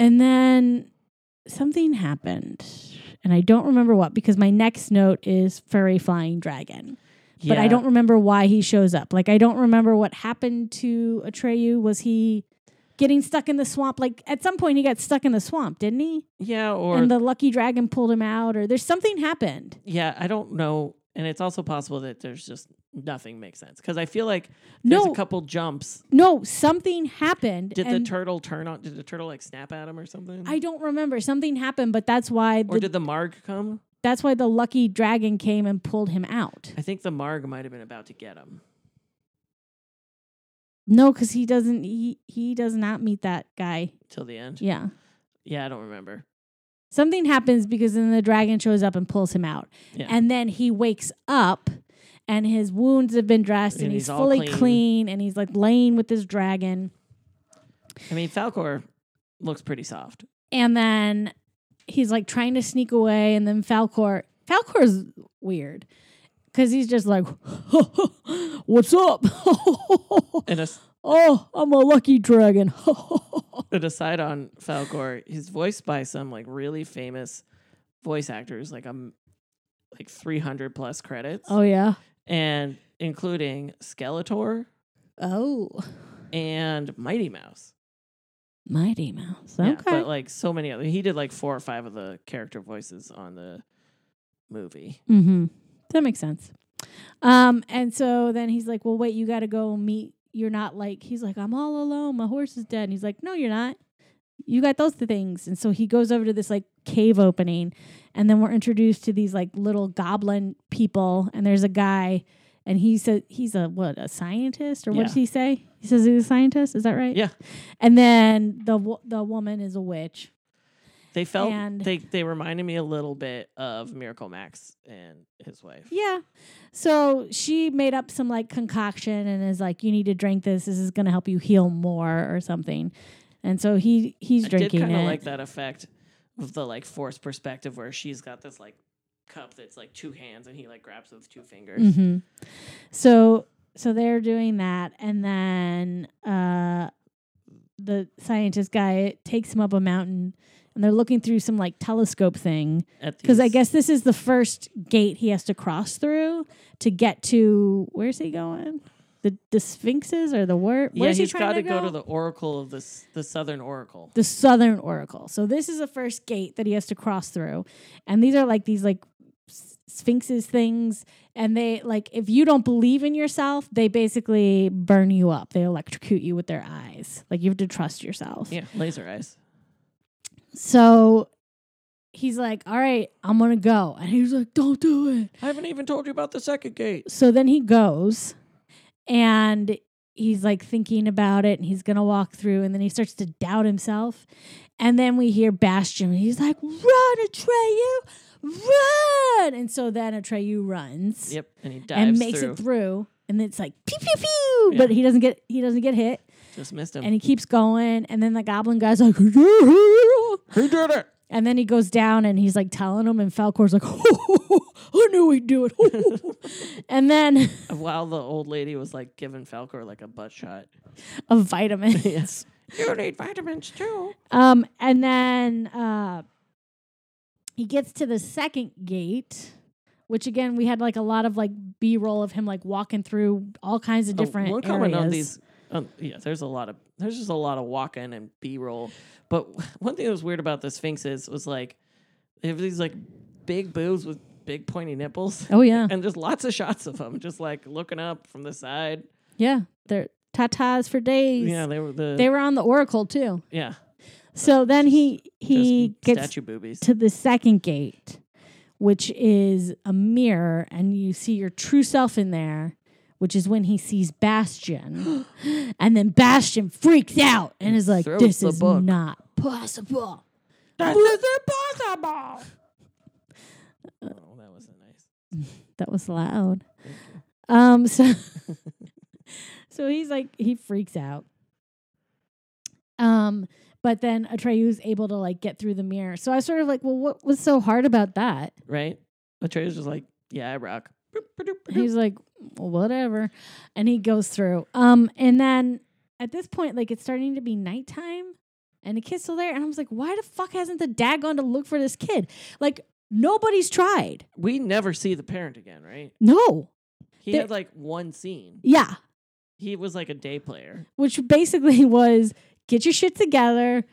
[SPEAKER 1] And then something happened. And I don't remember what because my next note is furry flying dragon. but I
[SPEAKER 2] Yeah.
[SPEAKER 1] don't remember why he shows up. Like I don't remember what happened to Atreyu. Was he getting stuck in the swamp? Like at some point he got stuck in the swamp, didn't he?
[SPEAKER 2] Yeah, or
[SPEAKER 1] and the lucky dragon pulled him out, or there's something happened.
[SPEAKER 2] yeah, I don't know. And it's also possible that there's just nothing makes sense because I feel like there's
[SPEAKER 1] No.
[SPEAKER 2] a couple jumps.
[SPEAKER 1] No, something happened.
[SPEAKER 2] Did
[SPEAKER 1] and
[SPEAKER 2] the turtle turn on? Did the turtle like snap at him or something?
[SPEAKER 1] I don't remember. Something happened, but that's why
[SPEAKER 2] or
[SPEAKER 1] the,
[SPEAKER 2] did the Marg come?
[SPEAKER 1] that's why the lucky dragon came and pulled him out.
[SPEAKER 2] I think the Marg might have been about to get him.
[SPEAKER 1] No, because he doesn't. He he does not meet that guy.
[SPEAKER 2] till the end. Yeah.
[SPEAKER 1] Yeah.
[SPEAKER 2] I don't remember.
[SPEAKER 1] Something happens because then the dragon shows up and pulls him out.
[SPEAKER 2] Yeah.
[SPEAKER 1] And then he wakes up and his wounds have been dressed and,
[SPEAKER 2] And
[SPEAKER 1] he's,
[SPEAKER 2] he's all
[SPEAKER 1] fully clean.
[SPEAKER 2] clean.
[SPEAKER 1] and he's like laying with this dragon.
[SPEAKER 2] I mean, Falcor looks pretty soft.
[SPEAKER 1] And then he's like trying to sneak away. And then Falcor, Falcor's weird because he's just like, *laughs* What's up? *laughs*
[SPEAKER 2] And as
[SPEAKER 1] oh, I'm a lucky
[SPEAKER 2] *laughs*
[SPEAKER 1] dragon. *laughs* Oh,
[SPEAKER 2] an aside on Falcor, he's voiced by some like really famous voice actors, like um, like three hundred plus credits,
[SPEAKER 1] oh, yeah.
[SPEAKER 2] and including Skeletor
[SPEAKER 1] Oh,
[SPEAKER 2] and Mighty Mouse.
[SPEAKER 1] Mighty Mouse.
[SPEAKER 2] Yeah,
[SPEAKER 1] Okay.
[SPEAKER 2] but like so many other, he did like four or five of the character voices on the movie.
[SPEAKER 1] Mm-hmm. That makes sense. Um, and so then he's like, "Well, wait, you got to go meet. You're not like." He's like, "I'm all alone. My horse is dead." And he's like, "No, you're not. You got those two things." And so he goes over to this like cave opening, and then we're introduced to these like little goblin people. And there's a guy, and he said he's a what a scientist or what
[SPEAKER 2] Yeah.
[SPEAKER 1] does he say? He says he's a scientist. Is that right?
[SPEAKER 2] Yeah.
[SPEAKER 1] And then the wo- the woman is a witch.
[SPEAKER 2] They felt
[SPEAKER 1] And-
[SPEAKER 2] they they reminded me a little bit of Miracle Max and his wife.
[SPEAKER 1] Yeah. So she made up some like concoction and is like, you need to drink this. This is going to help you heal more or something. And so he he's
[SPEAKER 2] I
[SPEAKER 1] drinking
[SPEAKER 2] did kind
[SPEAKER 1] it.
[SPEAKER 2] of like that effect of the like forced perspective where she's got this like cup that's like two hands and he like grabs it with two fingers.
[SPEAKER 1] hmm So so they're doing that, and then uh, the scientist guy takes him up a mountain, and they're looking through some like telescope thing
[SPEAKER 2] At
[SPEAKER 1] because I
[SPEAKER 2] these-
[SPEAKER 1] guess this is the first gate he has to cross through to get to where's he going? The the Sphinxes or the where?
[SPEAKER 2] yeah,
[SPEAKER 1] Where's
[SPEAKER 2] he's
[SPEAKER 1] he trying
[SPEAKER 2] got
[SPEAKER 1] to
[SPEAKER 2] to go? to the Oracle of this the
[SPEAKER 1] *laughs*
[SPEAKER 2] Southern Oracle.
[SPEAKER 1] the southern oracle so this is the first gate that he has to cross through and these are like these like s- sphinxes things and they like if you don't believe in yourself they basically burn you up they electrocute you with their eyes like you have to trust yourself
[SPEAKER 2] Yeah, laser eyes.
[SPEAKER 1] so he's like all right i'm gonna go and he's like don't do it
[SPEAKER 2] I haven't even told you about the second gate.
[SPEAKER 1] so then he goes and he's like thinking about it and he's gonna walk through and then he starts to doubt himself and then we hear bastion and he's like run atreyu run and so then atreyu runs
[SPEAKER 2] Yep, and he dives
[SPEAKER 1] and makes
[SPEAKER 2] through.
[SPEAKER 1] it through and it's like pew pew pew
[SPEAKER 2] Yeah.
[SPEAKER 1] but he doesn't get he doesn't get hit
[SPEAKER 2] Just missed him.
[SPEAKER 1] and he keeps going and then the goblin guy's like "Yoo-hoo."
[SPEAKER 2] Who did it?
[SPEAKER 1] and then he goes down and he's like telling him and falcor's like *laughs* i knew he'd do it *laughs* and then
[SPEAKER 2] While the old lady was like giving Falcor like a butt shot.
[SPEAKER 1] of vitamins.
[SPEAKER 2] *laughs* yes. You need vitamins too.
[SPEAKER 1] Um, and then uh, he gets to the second gate, which again we had like a lot of like B roll of him like walking through all kinds of
[SPEAKER 2] Oh,
[SPEAKER 1] different.
[SPEAKER 2] We're coming on
[SPEAKER 1] areas.
[SPEAKER 2] these. Um, yeah, there's a lot of there's just a lot of walk in and B roll. But *laughs* one thing that was weird about the Sphinxes was like they have these like big boobs with big pointy nipples, *laughs*
[SPEAKER 1] Oh yeah,
[SPEAKER 2] and there's lots of shots of them just like looking up from the side.
[SPEAKER 1] yeah. They're tatas for days.
[SPEAKER 2] yeah, they were the
[SPEAKER 1] They were on the Oracle too.
[SPEAKER 2] yeah
[SPEAKER 1] So then he he
[SPEAKER 2] just
[SPEAKER 1] gets
[SPEAKER 2] statue boobies.
[SPEAKER 1] to the second gate, which is a mirror, and you see your true self in there, which is when he sees
[SPEAKER 2] *gasps*
[SPEAKER 1] Bastion. and then Bastion freaks out and is like,
[SPEAKER 2] Throws
[SPEAKER 1] This
[SPEAKER 2] the
[SPEAKER 1] is
[SPEAKER 2] book."
[SPEAKER 1] not possible.
[SPEAKER 2] This is
[SPEAKER 1] *laughs*
[SPEAKER 2] impossible. oh, that wasn't nice.
[SPEAKER 1] That was loud. Um, so, *laughs* so he's like, he freaks out. Um, but then Atreyu's able to like get through the mirror. So I was sort of like, well, what was so hard about that?
[SPEAKER 2] Right? Atreus was like, yeah, I rock. Boop, ba-doop,
[SPEAKER 1] And
[SPEAKER 2] ba-doop.
[SPEAKER 1] he's like "Well, whatever and he goes through um and then at this point like it's starting to be nighttime and the kid's still there and i was like why the fuck hasn't the dad gone to look for this kid like nobody's tried
[SPEAKER 2] We never see the parent again, right?
[SPEAKER 1] no
[SPEAKER 2] He
[SPEAKER 1] There-
[SPEAKER 2] had like one scene.
[SPEAKER 1] Yeah,
[SPEAKER 2] He was like a day player.
[SPEAKER 1] which basically *laughs* was get your shit together.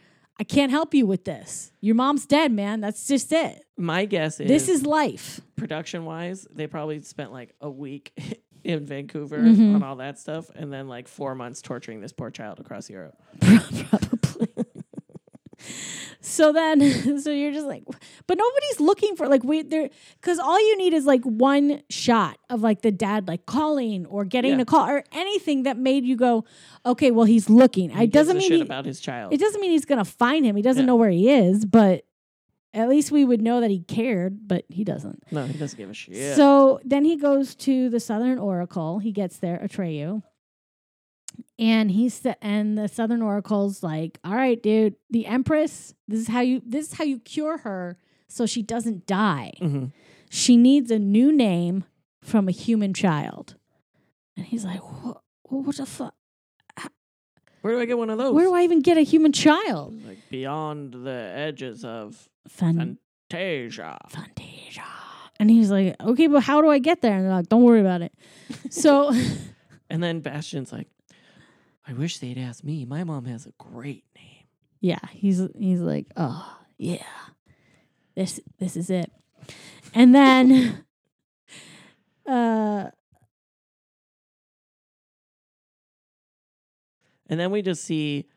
[SPEAKER 1] I can't help you with this. Your mom's dead, man. That's just it.
[SPEAKER 2] My guess is
[SPEAKER 1] This is life.
[SPEAKER 2] production wise, they probably spent like a week *laughs* in Vancouver
[SPEAKER 1] Mhm.
[SPEAKER 2] on all that stuff and then like four months torturing this poor child across Europe.
[SPEAKER 1] Probably. so then, *laughs* so you're just like, but nobody's looking for like we there because all you need is like one shot of like the dad like calling or getting
[SPEAKER 2] Yeah.
[SPEAKER 1] a call or anything that made you go, okay, well he's looking.
[SPEAKER 2] He
[SPEAKER 1] it
[SPEAKER 2] gives
[SPEAKER 1] doesn't
[SPEAKER 2] a
[SPEAKER 1] mean
[SPEAKER 2] shit
[SPEAKER 1] he,
[SPEAKER 2] about his child.
[SPEAKER 1] it doesn't mean he's gonna find him. He doesn't
[SPEAKER 2] Yeah.
[SPEAKER 1] know where he is, but at least we would know that he cared, but he doesn't.
[SPEAKER 2] no, he doesn't give a shit.
[SPEAKER 1] So then he goes to the Southern Oracle. He gets there, Atreyu. And he's and the Southern Oracle's like, all right, dude, the Empress, this is how you this is how you cure her so she doesn't die.
[SPEAKER 2] Mhm.
[SPEAKER 1] She needs a new name from a human child. And he's like, what, what the fuck?
[SPEAKER 2] Where do I get one of those?
[SPEAKER 1] Where do I even get a human child?
[SPEAKER 2] like beyond the edges of
[SPEAKER 1] Fan-
[SPEAKER 2] Fan- Teja.
[SPEAKER 1] Fantasia. And he's like, okay, but how do I get there? And they're like, don't worry about it. So
[SPEAKER 2] And then Bastion's like, I wish they'd asked me. My mom has a great name.
[SPEAKER 1] Yeah, he's he's like, oh yeah, this this is it. And then, *laughs* uh,
[SPEAKER 2] And then we just see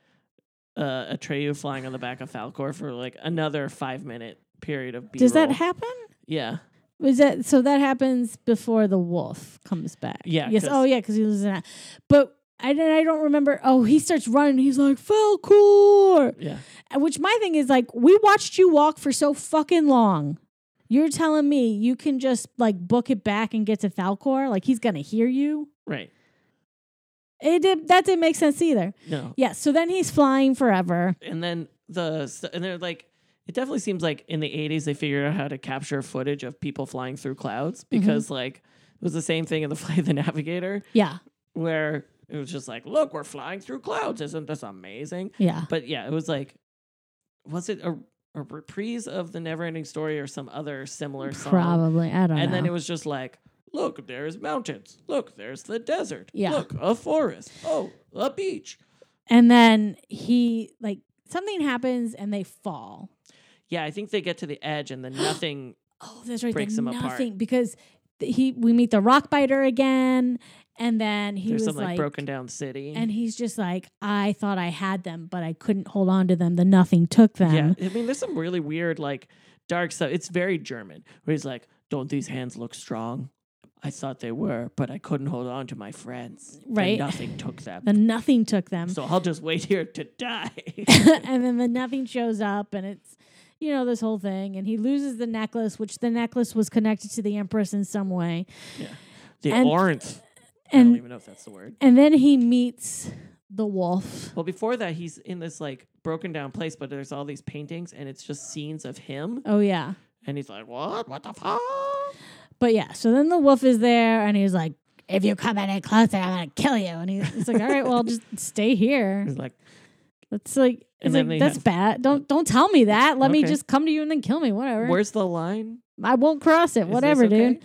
[SPEAKER 2] uh, Atreyu flying on the back of Falcor for like another five minute period of B-roll.
[SPEAKER 1] does that happen?
[SPEAKER 2] Yeah.
[SPEAKER 1] Was that so? That happens before the wolf comes back.
[SPEAKER 2] Yeah,
[SPEAKER 1] Yes.
[SPEAKER 2] 'cause-
[SPEAKER 1] Oh yeah, because he loses an eye. But I don't. I don't remember. Oh, he starts running. He's like Falcor,
[SPEAKER 2] Yeah.
[SPEAKER 1] which my thing is like, we watched you walk for so fucking long. You're telling me you can just like book it back and get to Falcor? Like he's gonna hear you?
[SPEAKER 2] Right.
[SPEAKER 1] It did, that didn't make sense either.
[SPEAKER 2] No.
[SPEAKER 1] Yeah, so then he's flying forever.
[SPEAKER 2] And then the st- and they're like it definitely seems like in the 80s they figured out how to capture footage of people flying through clouds
[SPEAKER 1] Mm-hmm.
[SPEAKER 2] because like it was the same thing in the *laughs* flight of the navigator
[SPEAKER 1] Yeah,
[SPEAKER 2] where it was just like look we're flying through clouds isn't this amazing
[SPEAKER 1] yeah.
[SPEAKER 2] but yeah it was like was it a, a reprise of the never ending story or some other similar song
[SPEAKER 1] Probably. I don't know.
[SPEAKER 2] and then it was just like look there's mountains look there's the desert
[SPEAKER 1] Yeah.
[SPEAKER 2] look a forest oh a beach
[SPEAKER 1] and then he, like, something happens and they fall.
[SPEAKER 2] yeah i think they get to the edge and
[SPEAKER 1] *gasps*
[SPEAKER 2] then nothing
[SPEAKER 1] Oh, that's right.
[SPEAKER 2] Breaks
[SPEAKER 1] the
[SPEAKER 2] him apart.
[SPEAKER 1] nothing, Because th- he, we meet the rock biter again. And then he
[SPEAKER 2] there's
[SPEAKER 1] was
[SPEAKER 2] some like,
[SPEAKER 1] like,
[SPEAKER 2] broken down city
[SPEAKER 1] And he's just like, I thought I had them, but I couldn't hold on to them. The nothing took them.
[SPEAKER 2] yeah i mean there's some really weird like dark stuff it's very german where he's like don't these hands look strong i thought they were but i couldn't hold on to my friends The
[SPEAKER 1] Right.
[SPEAKER 2] nothing took them
[SPEAKER 1] The nothing took them.
[SPEAKER 2] so i'll just wait here to die
[SPEAKER 1] *laughs* and then the nothing shows up and it's you know this whole thing and he loses the necklace which the necklace was connected to the empress in some way
[SPEAKER 2] The
[SPEAKER 1] And-
[SPEAKER 2] orange. I don't
[SPEAKER 1] and
[SPEAKER 2] even know if that's the word.
[SPEAKER 1] and then he meets the wolf
[SPEAKER 2] Well, before that, he's in this like broken down place, but there's all these paintings, and it's just scenes of him,
[SPEAKER 1] oh yeah
[SPEAKER 2] and he's like, "What? What the fuck?"
[SPEAKER 1] but yeah so then the wolf is there and he's like if you come any closer i'm gonna kill you and he's, he's like all right well just *laughs* stay here
[SPEAKER 2] He's like,
[SPEAKER 1] that's like
[SPEAKER 2] And
[SPEAKER 1] it's
[SPEAKER 2] then
[SPEAKER 1] like
[SPEAKER 2] they
[SPEAKER 1] that's
[SPEAKER 2] have-
[SPEAKER 1] bad don't don't tell me that let me
[SPEAKER 2] Okay.
[SPEAKER 1] just come to you and then kill me whatever
[SPEAKER 2] "Where's the line?"
[SPEAKER 1] i won't cross it
[SPEAKER 2] Is this
[SPEAKER 1] whatever
[SPEAKER 2] okay?
[SPEAKER 1] dude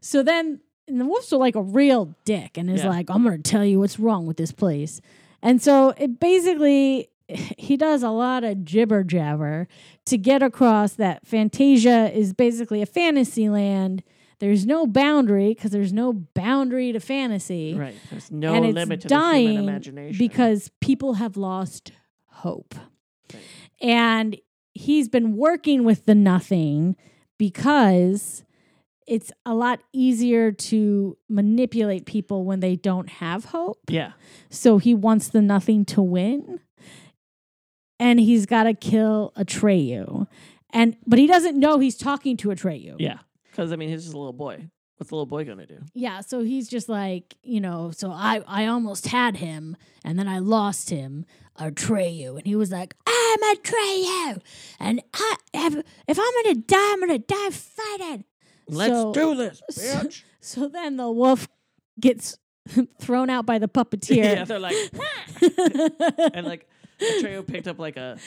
[SPEAKER 1] So then, and the wolf's like a real dick and is
[SPEAKER 2] Yeah.
[SPEAKER 1] like, I'm going to tell you what's wrong with this place. And so it basically, *sighs* he does a lot of jibber jabber to get across that Fantasia is basically a fantasy land. There's no boundary because there's no boundary to fantasy
[SPEAKER 2] Right. There's no
[SPEAKER 1] and it's
[SPEAKER 2] limit to the
[SPEAKER 1] dying
[SPEAKER 2] human imagination.
[SPEAKER 1] because people have lost hope.
[SPEAKER 2] Right.
[SPEAKER 1] And he's been working with the nothing because it's a lot easier to manipulate people when they don't have hope.
[SPEAKER 2] yeah,
[SPEAKER 1] So he wants the nothing to win. And he's got to kill Atreyu. And but he doesn't know he's talking to Atreyu.
[SPEAKER 2] yeah. Because I mean, he's just a little boy. What's the little boy gonna do?
[SPEAKER 1] Yeah, so he's just like, you know, so I I almost had him and then I lost him, Atreyu. And he was like, I'm Atreyu. And I if, if I'm gonna die, I'm gonna die fighting.
[SPEAKER 2] Let's
[SPEAKER 1] So-
[SPEAKER 2] do this,
[SPEAKER 1] so- *laughs*
[SPEAKER 2] bitch.
[SPEAKER 1] So then the wolf gets *laughs* thrown out by the
[SPEAKER 2] *laughs*
[SPEAKER 1] puppeteer. *laughs*
[SPEAKER 2] yeah, they're like, and like, Atreyu picked up like a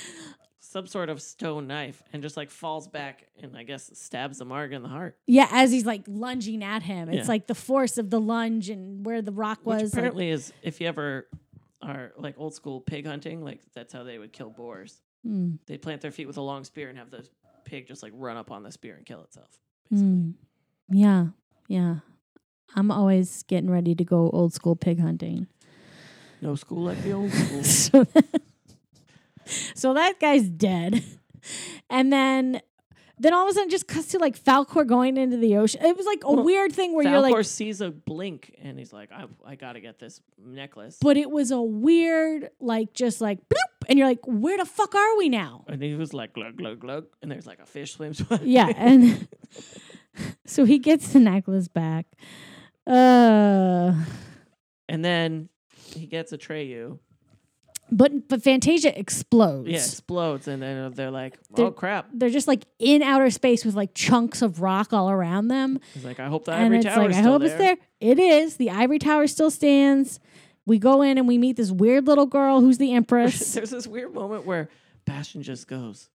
[SPEAKER 2] some sort of stone knife and just like falls back and I guess stabs the Marg in the heart.
[SPEAKER 1] Yeah, as he's like lunging at him, it's
[SPEAKER 2] Yeah.
[SPEAKER 1] like the force of the lunge and where the rock
[SPEAKER 2] Which
[SPEAKER 1] was. like-
[SPEAKER 2] apparently is if you ever are like old school pig hunting, like that's how they would kill boars.
[SPEAKER 1] Mm,
[SPEAKER 2] They plant their feet with a long spear and have the pig just like run up on the spear and kill itself. Basically.
[SPEAKER 1] mm. yeah, yeah. I'm always getting ready to go old school pig hunting. *laughs*
[SPEAKER 2] No school like the old *laughs* school.
[SPEAKER 1] so, that, so that guy's dead. And then then all of a sudden just cuts to like Falcor going into the ocean. It was like a
[SPEAKER 2] Well,
[SPEAKER 1] weird thing where
[SPEAKER 2] Falcor
[SPEAKER 1] you're like
[SPEAKER 2] sees a blink and he's like, I, I gotta get this necklace.
[SPEAKER 1] but it was a weird like just like bloop and you're like where the fuck are we now?
[SPEAKER 2] and he was like, glug, glug, glug. And there's like a fish swims by. *laughs*
[SPEAKER 1] yeah, and *laughs* so he gets the necklace back. Uh
[SPEAKER 2] And then he gets Atreyu.
[SPEAKER 1] but but Fantasia explodes.
[SPEAKER 2] Yeah, explodes. And then they're like,
[SPEAKER 1] They're-
[SPEAKER 2] oh crap.
[SPEAKER 1] They're just like in outer space with like chunks of rock all around them.
[SPEAKER 2] He's like, I hope the
[SPEAKER 1] and
[SPEAKER 2] ivory
[SPEAKER 1] it's
[SPEAKER 2] tower
[SPEAKER 1] like,
[SPEAKER 2] is
[SPEAKER 1] I
[SPEAKER 2] still
[SPEAKER 1] hope it's there. It is. The ivory tower still stands. We go in and we meet this weird little girl who's the empress.
[SPEAKER 2] *laughs* There's this weird moment where Bastion just goes,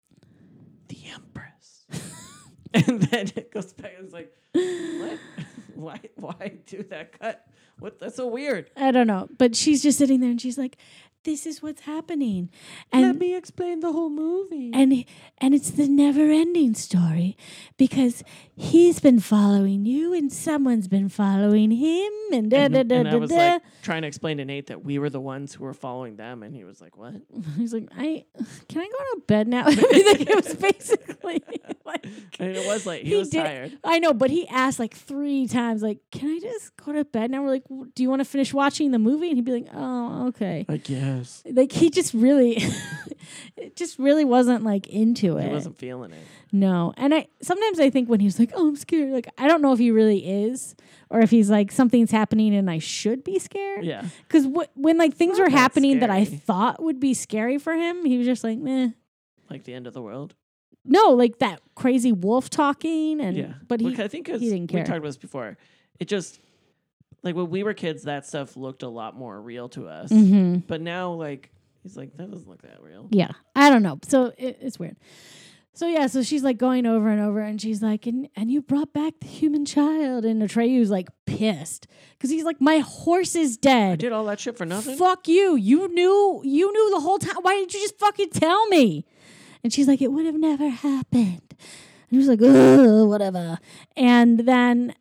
[SPEAKER 2] the Empress. and then it goes back and it's like, what? *laughs* why, why do that cut? What? That's so weird.
[SPEAKER 1] I don't know, but she's just sitting there and she's like, "This is what's happening,"
[SPEAKER 2] Let
[SPEAKER 1] and
[SPEAKER 2] me explain the whole movie.
[SPEAKER 1] and and it's the never-ending story because he's been following you and someone's been following him and da
[SPEAKER 2] and,
[SPEAKER 1] da da
[SPEAKER 2] and I
[SPEAKER 1] da
[SPEAKER 2] was
[SPEAKER 1] da.
[SPEAKER 2] like trying to explain to Nate that we were the ones who were following them, and he was like, "What?"
[SPEAKER 1] *laughs* He's like, "I can I go to bed now?" *laughs* I mean, like, it
[SPEAKER 2] *laughs*
[SPEAKER 1] was basically *laughs* like.
[SPEAKER 2] And it was like he,
[SPEAKER 1] He
[SPEAKER 2] was
[SPEAKER 1] did-
[SPEAKER 2] tired.
[SPEAKER 1] I know, but he asked like three times, like, "Can I just go to bed now?" We're like, "W- "Do you want to finish watching the movie?" And he'd be like, "Oh, okay."
[SPEAKER 2] I guess
[SPEAKER 1] Like he just really, *laughs* it just really wasn't like into
[SPEAKER 2] he
[SPEAKER 1] it.
[SPEAKER 2] wasn't feeling it.
[SPEAKER 1] *laughs* No, and I sometimes I think when he's like, "Oh, I'm scared," like I don't know if he really is, or if he's like something's happening and I should be scared.
[SPEAKER 2] Yeah,
[SPEAKER 1] Because when like things
[SPEAKER 2] Not
[SPEAKER 1] were
[SPEAKER 2] that
[SPEAKER 1] happening that I
[SPEAKER 2] scary.
[SPEAKER 1] thought would be scary for him, he was just like, "Meh."
[SPEAKER 2] like the end of the world.
[SPEAKER 1] No, like that crazy wolf talking, and
[SPEAKER 2] yeah,
[SPEAKER 1] but he
[SPEAKER 2] Look, I think 'cause
[SPEAKER 1] he didn't
[SPEAKER 2] we
[SPEAKER 1] care.
[SPEAKER 2] talked about this before. It just like when we were kids, that stuff looked a lot more real to us.
[SPEAKER 1] Mhm.
[SPEAKER 2] But now, like he's like that doesn't look that real.
[SPEAKER 1] Yeah, I don't know. So it, it's weird. So yeah, so she's like going over and over, and she's like, and and you brought back the human child, and Atreyu's like pissed because he's like, my horse is
[SPEAKER 2] I
[SPEAKER 1] dead.
[SPEAKER 2] did all that shit for nothing.
[SPEAKER 1] Fuck you. You knew. You knew the whole time. Why didn't you just fucking tell me? And she's like, it would have never happened. And he was like, Ugh, whatever. And then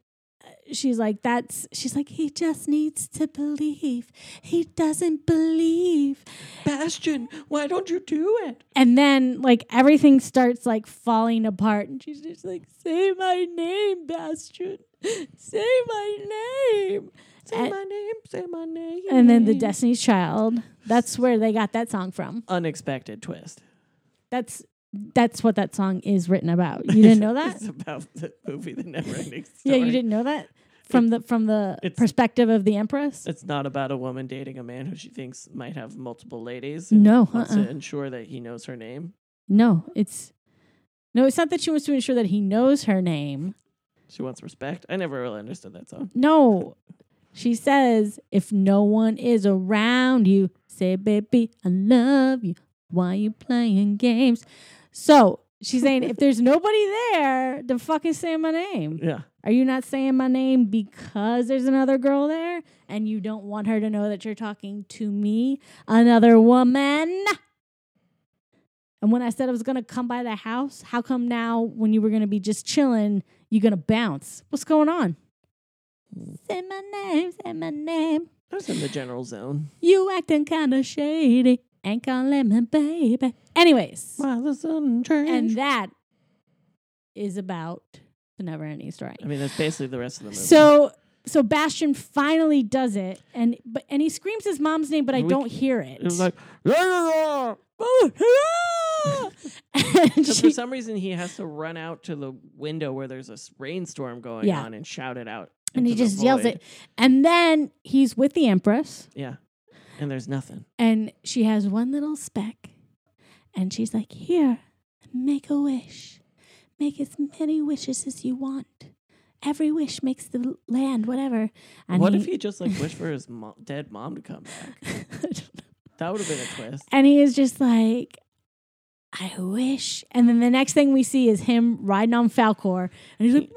[SPEAKER 1] uh, she's like, that's. She's like, he just needs to believe. He doesn't believe.
[SPEAKER 2] Bastion, why don't you do it?
[SPEAKER 1] And then like everything starts like falling apart and she's just like, Say my name, Bastion. Say my name.
[SPEAKER 2] Say
[SPEAKER 1] And-
[SPEAKER 2] my name. Say my name.
[SPEAKER 1] And then the Destiny's Child. That's where they got that song from.
[SPEAKER 2] unexpected twist.
[SPEAKER 1] That's that's what that song is written about. You didn't
[SPEAKER 2] *laughs*
[SPEAKER 1] know that?
[SPEAKER 2] it's about the movie The
[SPEAKER 1] *laughs*
[SPEAKER 2] Never Ending
[SPEAKER 1] yeah,
[SPEAKER 2] Story.
[SPEAKER 1] you didn't know that? From the from the
[SPEAKER 2] It's-
[SPEAKER 1] perspective of the Empress?
[SPEAKER 2] It's not about a woman dating a man who she thinks might have multiple ladies. and
[SPEAKER 1] No,
[SPEAKER 2] Wants
[SPEAKER 1] uh-uh.
[SPEAKER 2] to ensure that he knows her name.
[SPEAKER 1] No, it's no, it's not that she wants to ensure that he knows her name.
[SPEAKER 2] She wants respect. I never really understood that song.
[SPEAKER 1] No. She says, if no one is around you, say, baby, I love you. Why you playing games? So she's saying, if there's nobody there, then fucking say my name.
[SPEAKER 2] Yeah.
[SPEAKER 1] Are you not saying my name because there's another girl there and you don't want her to know that you're talking to me, another woman? And when I said I was going to come by the house, how come now when you were going to be just chilling, you're going to bounce? What's going on? Say my name, say my name.
[SPEAKER 2] I was in the general zone.
[SPEAKER 1] You acting kind of shady. Ain't gonna let me, baby. Anyways,
[SPEAKER 2] While the sun turns.
[SPEAKER 1] and that is about the never ending story.
[SPEAKER 2] I mean, that's basically the rest of the movie.
[SPEAKER 1] So so Bastion finally does it and but and he screams his mom's name, but I
[SPEAKER 2] We-
[SPEAKER 1] don't hear it. Oh,
[SPEAKER 2] it
[SPEAKER 1] *laughs*
[SPEAKER 2] was like, "Yeah, yeah, yeah." *laughs*
[SPEAKER 1] And
[SPEAKER 2] 'Cause
[SPEAKER 1] she-
[SPEAKER 2] for some reason, he has to run out to the window where there's a s- rainstorm going
[SPEAKER 1] Yeah.
[SPEAKER 2] on and shout it out.
[SPEAKER 1] and he
[SPEAKER 2] into the
[SPEAKER 1] just yells
[SPEAKER 2] void.
[SPEAKER 1] it. And then he's with the Empress
[SPEAKER 2] Yeah. And there's nothing.
[SPEAKER 1] and she has one little speck and she's like, Here, make a wish. Make as many wishes as you want. Every wish makes the l- land, whatever. And
[SPEAKER 2] what if he just like wished for
[SPEAKER 1] *laughs*
[SPEAKER 2] his mo- dead mom to come back?
[SPEAKER 1] I don't know.
[SPEAKER 2] That would have been a twist.
[SPEAKER 1] and he is just like I wish. And then the next thing we see is him riding on Falcor, and he's like,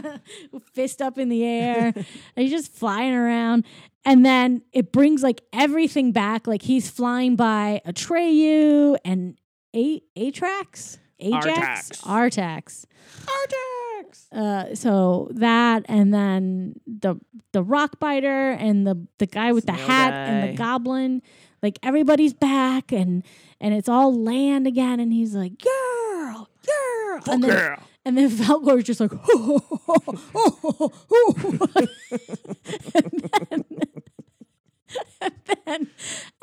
[SPEAKER 1] "Woo!" *laughs* Fist up in the air, *laughs* and he's just flying around. And then it brings like everything back. Like he's flying by Atreyu and a Atrax, Ajax,
[SPEAKER 2] Artax.
[SPEAKER 1] Artax.
[SPEAKER 2] Artax.
[SPEAKER 1] Uh, so that, and then the the rock biter, and the the guy with the
[SPEAKER 2] Snail
[SPEAKER 1] hat, and the
[SPEAKER 2] guy.
[SPEAKER 1] goblin. Like everybody's back, and and it's all land again, and he's like, "Girl, girl," and then
[SPEAKER 2] Girl.
[SPEAKER 1] and then Falcor's just like, *laughs* "Oh, and, then, and then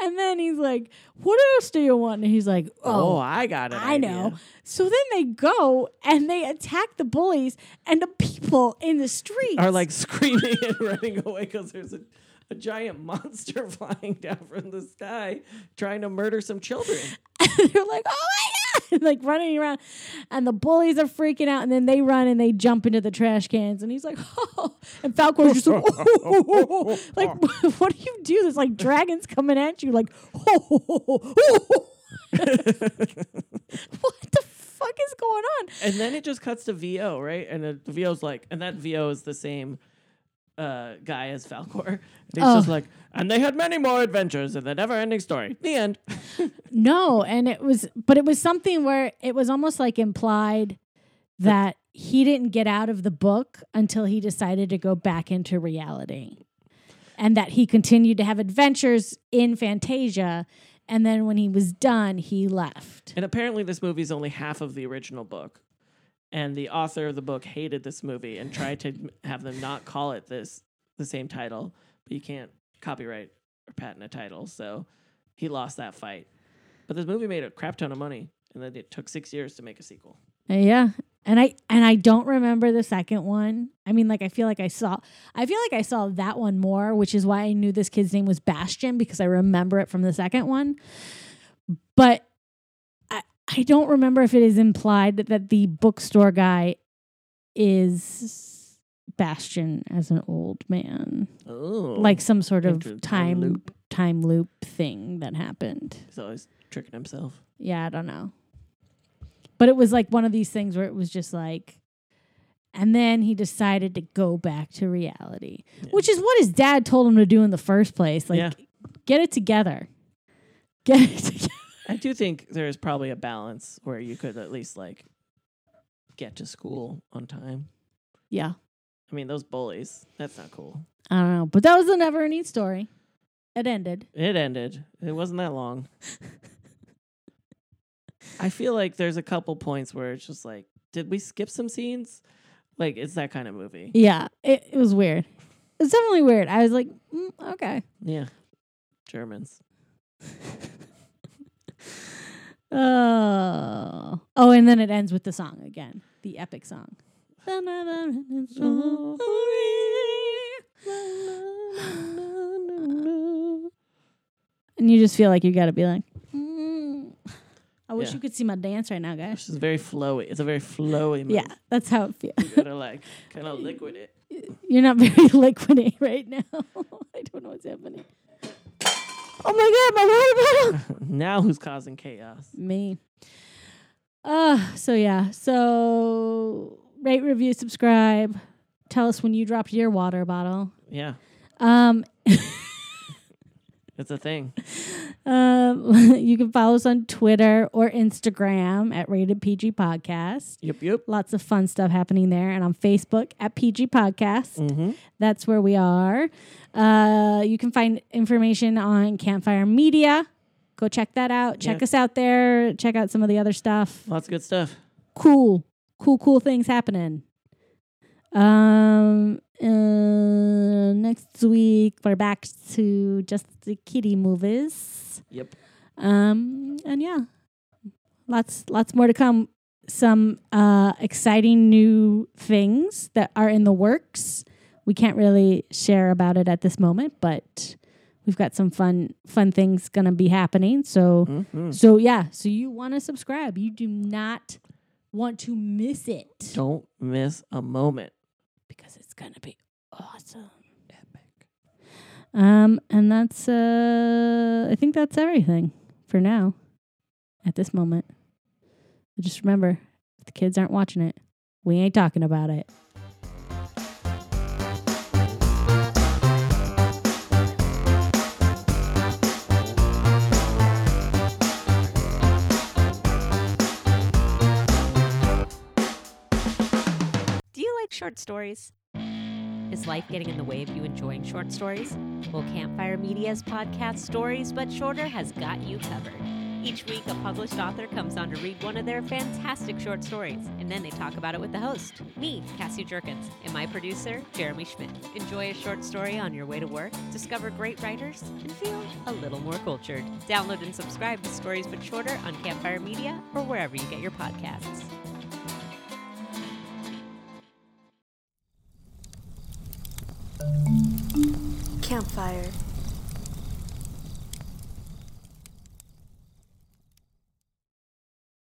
[SPEAKER 1] and then he's like, "What else do you want?" And he's like,
[SPEAKER 2] Oh,
[SPEAKER 1] "Oh,
[SPEAKER 2] I got it.
[SPEAKER 1] I know. So then they go and they attack the bullies and the people in the streets
[SPEAKER 2] Are like screaming and running away because there's a, a giant *laughs* monster flying down from the sky trying to murder some children.
[SPEAKER 1] *laughs* they're like, "Oh my god!" *laughs* like running around, and the bullies are freaking out. And then they run and they jump into the trash cans. And he's like, *laughs* "Oh!" And Falcor's just like, *laughs* "Oh!" like, *laughs* what do you do? There's like dragons coming at you,
[SPEAKER 2] *laughs*
[SPEAKER 1] like, *laughs* "Oh!" what the fuck is going on?
[SPEAKER 2] And then it just cuts to VO, right? And the, the VO's like, and that VO is the same uh, guy as Falcor. And he's just
[SPEAKER 1] Oh.
[SPEAKER 2] like, and they had many more adventures in the never ending story. The end.
[SPEAKER 1] No, and it was, but it was something where it was almost like implied that he didn't get out of the book until he decided to go back into reality, and that he continued to have adventures in Fantasia, and then when he was done, he left.
[SPEAKER 2] And apparently, this movie is only half of the original book. And the author of the book hated this movie and tried to m- have them not call it this the same title, but you can't copyright or patent a title, so he lost that fight. But this movie made a crap ton of money, and then it took six years to make a sequel.
[SPEAKER 1] And yeah, and I and I don't remember the second one. I mean, like I feel like I saw, I feel like I saw that one more, which is why I knew this kid's name was Bastion because I remember it from the second one. But I I don't remember if it is implied that, that the bookstore guy is Bastion as an old man,
[SPEAKER 2] Oh,
[SPEAKER 1] like some sort
[SPEAKER 2] Interesting.
[SPEAKER 1] of time
[SPEAKER 2] Time loop.
[SPEAKER 1] time loop thing that happened.
[SPEAKER 2] he's always tricking himself.
[SPEAKER 1] Yeah, I don't know. But it was like one of these things where it was just like, and then he decided to go back to reality,
[SPEAKER 2] Yeah.
[SPEAKER 1] which is what his dad told him to do in the first place. Like,
[SPEAKER 2] Yeah.
[SPEAKER 1] get it together. Get it *laughs* together.
[SPEAKER 2] I do think there is probably a balance where you could at least like get to school on time.
[SPEAKER 1] Yeah.
[SPEAKER 2] I mean, those bullies, that's not cool.
[SPEAKER 1] I don't know. But that was a never ending story. It ended. *laughs*
[SPEAKER 2] It ended. It wasn't that long. I feel like there's a couple points where it's just like, did we skip some scenes? Like, it's that kind of movie.
[SPEAKER 1] Yeah. It, it was weird. It was definitely weird. I was like, mm, okay.
[SPEAKER 2] Yeah. *laughs* Germans.
[SPEAKER 1] Oh. Oh, and then it ends with the song again, the epic song. And you just feel like you got to be like, mm. I wish
[SPEAKER 2] Yeah.
[SPEAKER 1] you could see my dance right now, guys.
[SPEAKER 2] It's just very flowy. It's a very flowy movie.
[SPEAKER 1] Yeah, that's how it feels.
[SPEAKER 2] You gotta like kind *laughs* of liquid it.
[SPEAKER 1] You're not *laughs* very liquidy right now. *laughs* I don't know what's happening. Oh my god, my water bottle.
[SPEAKER 2] now who's causing chaos?
[SPEAKER 1] Me. Uh, so yeah. So rate, review, subscribe. Tell us when you dropped your water bottle.
[SPEAKER 2] Yeah.
[SPEAKER 1] Um,
[SPEAKER 2] It's a thing.
[SPEAKER 1] um, *laughs* you can follow us on Twitter or Instagram at Rated PG Podcast.
[SPEAKER 2] Yup, yup.
[SPEAKER 1] Lots of fun stuff happening there, and on Facebook at PG Podcast.
[SPEAKER 2] Mm-hmm.
[SPEAKER 1] That's where we are. Uh, you can find information on Campfire Media. Go check that out. Check
[SPEAKER 2] Yeah.
[SPEAKER 1] us out there. Check out some of the other stuff.
[SPEAKER 2] Lots of good stuff.
[SPEAKER 1] cool, cool, cool things happening. Um, uh, next week we're back to just the kitty movies.
[SPEAKER 2] Yep.
[SPEAKER 1] Um, and yeah, lots, lots more to come. Some uh, exciting new things that are in the works. We can't really share about it at this moment, but we've got some fun, fun things gonna be happening. So.
[SPEAKER 2] Mm-hmm.
[SPEAKER 1] So yeah, so you want to subscribe. You do not want to miss it
[SPEAKER 2] Don't miss a moment.
[SPEAKER 1] because it's going to be awesome. Um and that's uh I think that's everything for now. at this moment. But just remember, if the kids aren't watching it, we ain't talking about it.
[SPEAKER 3] Do you like short stories? Is life getting in the way of you enjoying short stories? Well, Campfire Media's podcast Stories But Shorter has got you covered. Each week, a published author comes on to read one of their fantastic short stories, and then they talk about it with the host, me, Cassie Jerkins, and my producer, Jeremy Schmidt. Enjoy a short story on your way to work, discover great writers, and feel a little more cultured. Download and subscribe to Stories But Shorter on Campfire Media or wherever you get your podcasts.
[SPEAKER 4] Campfire.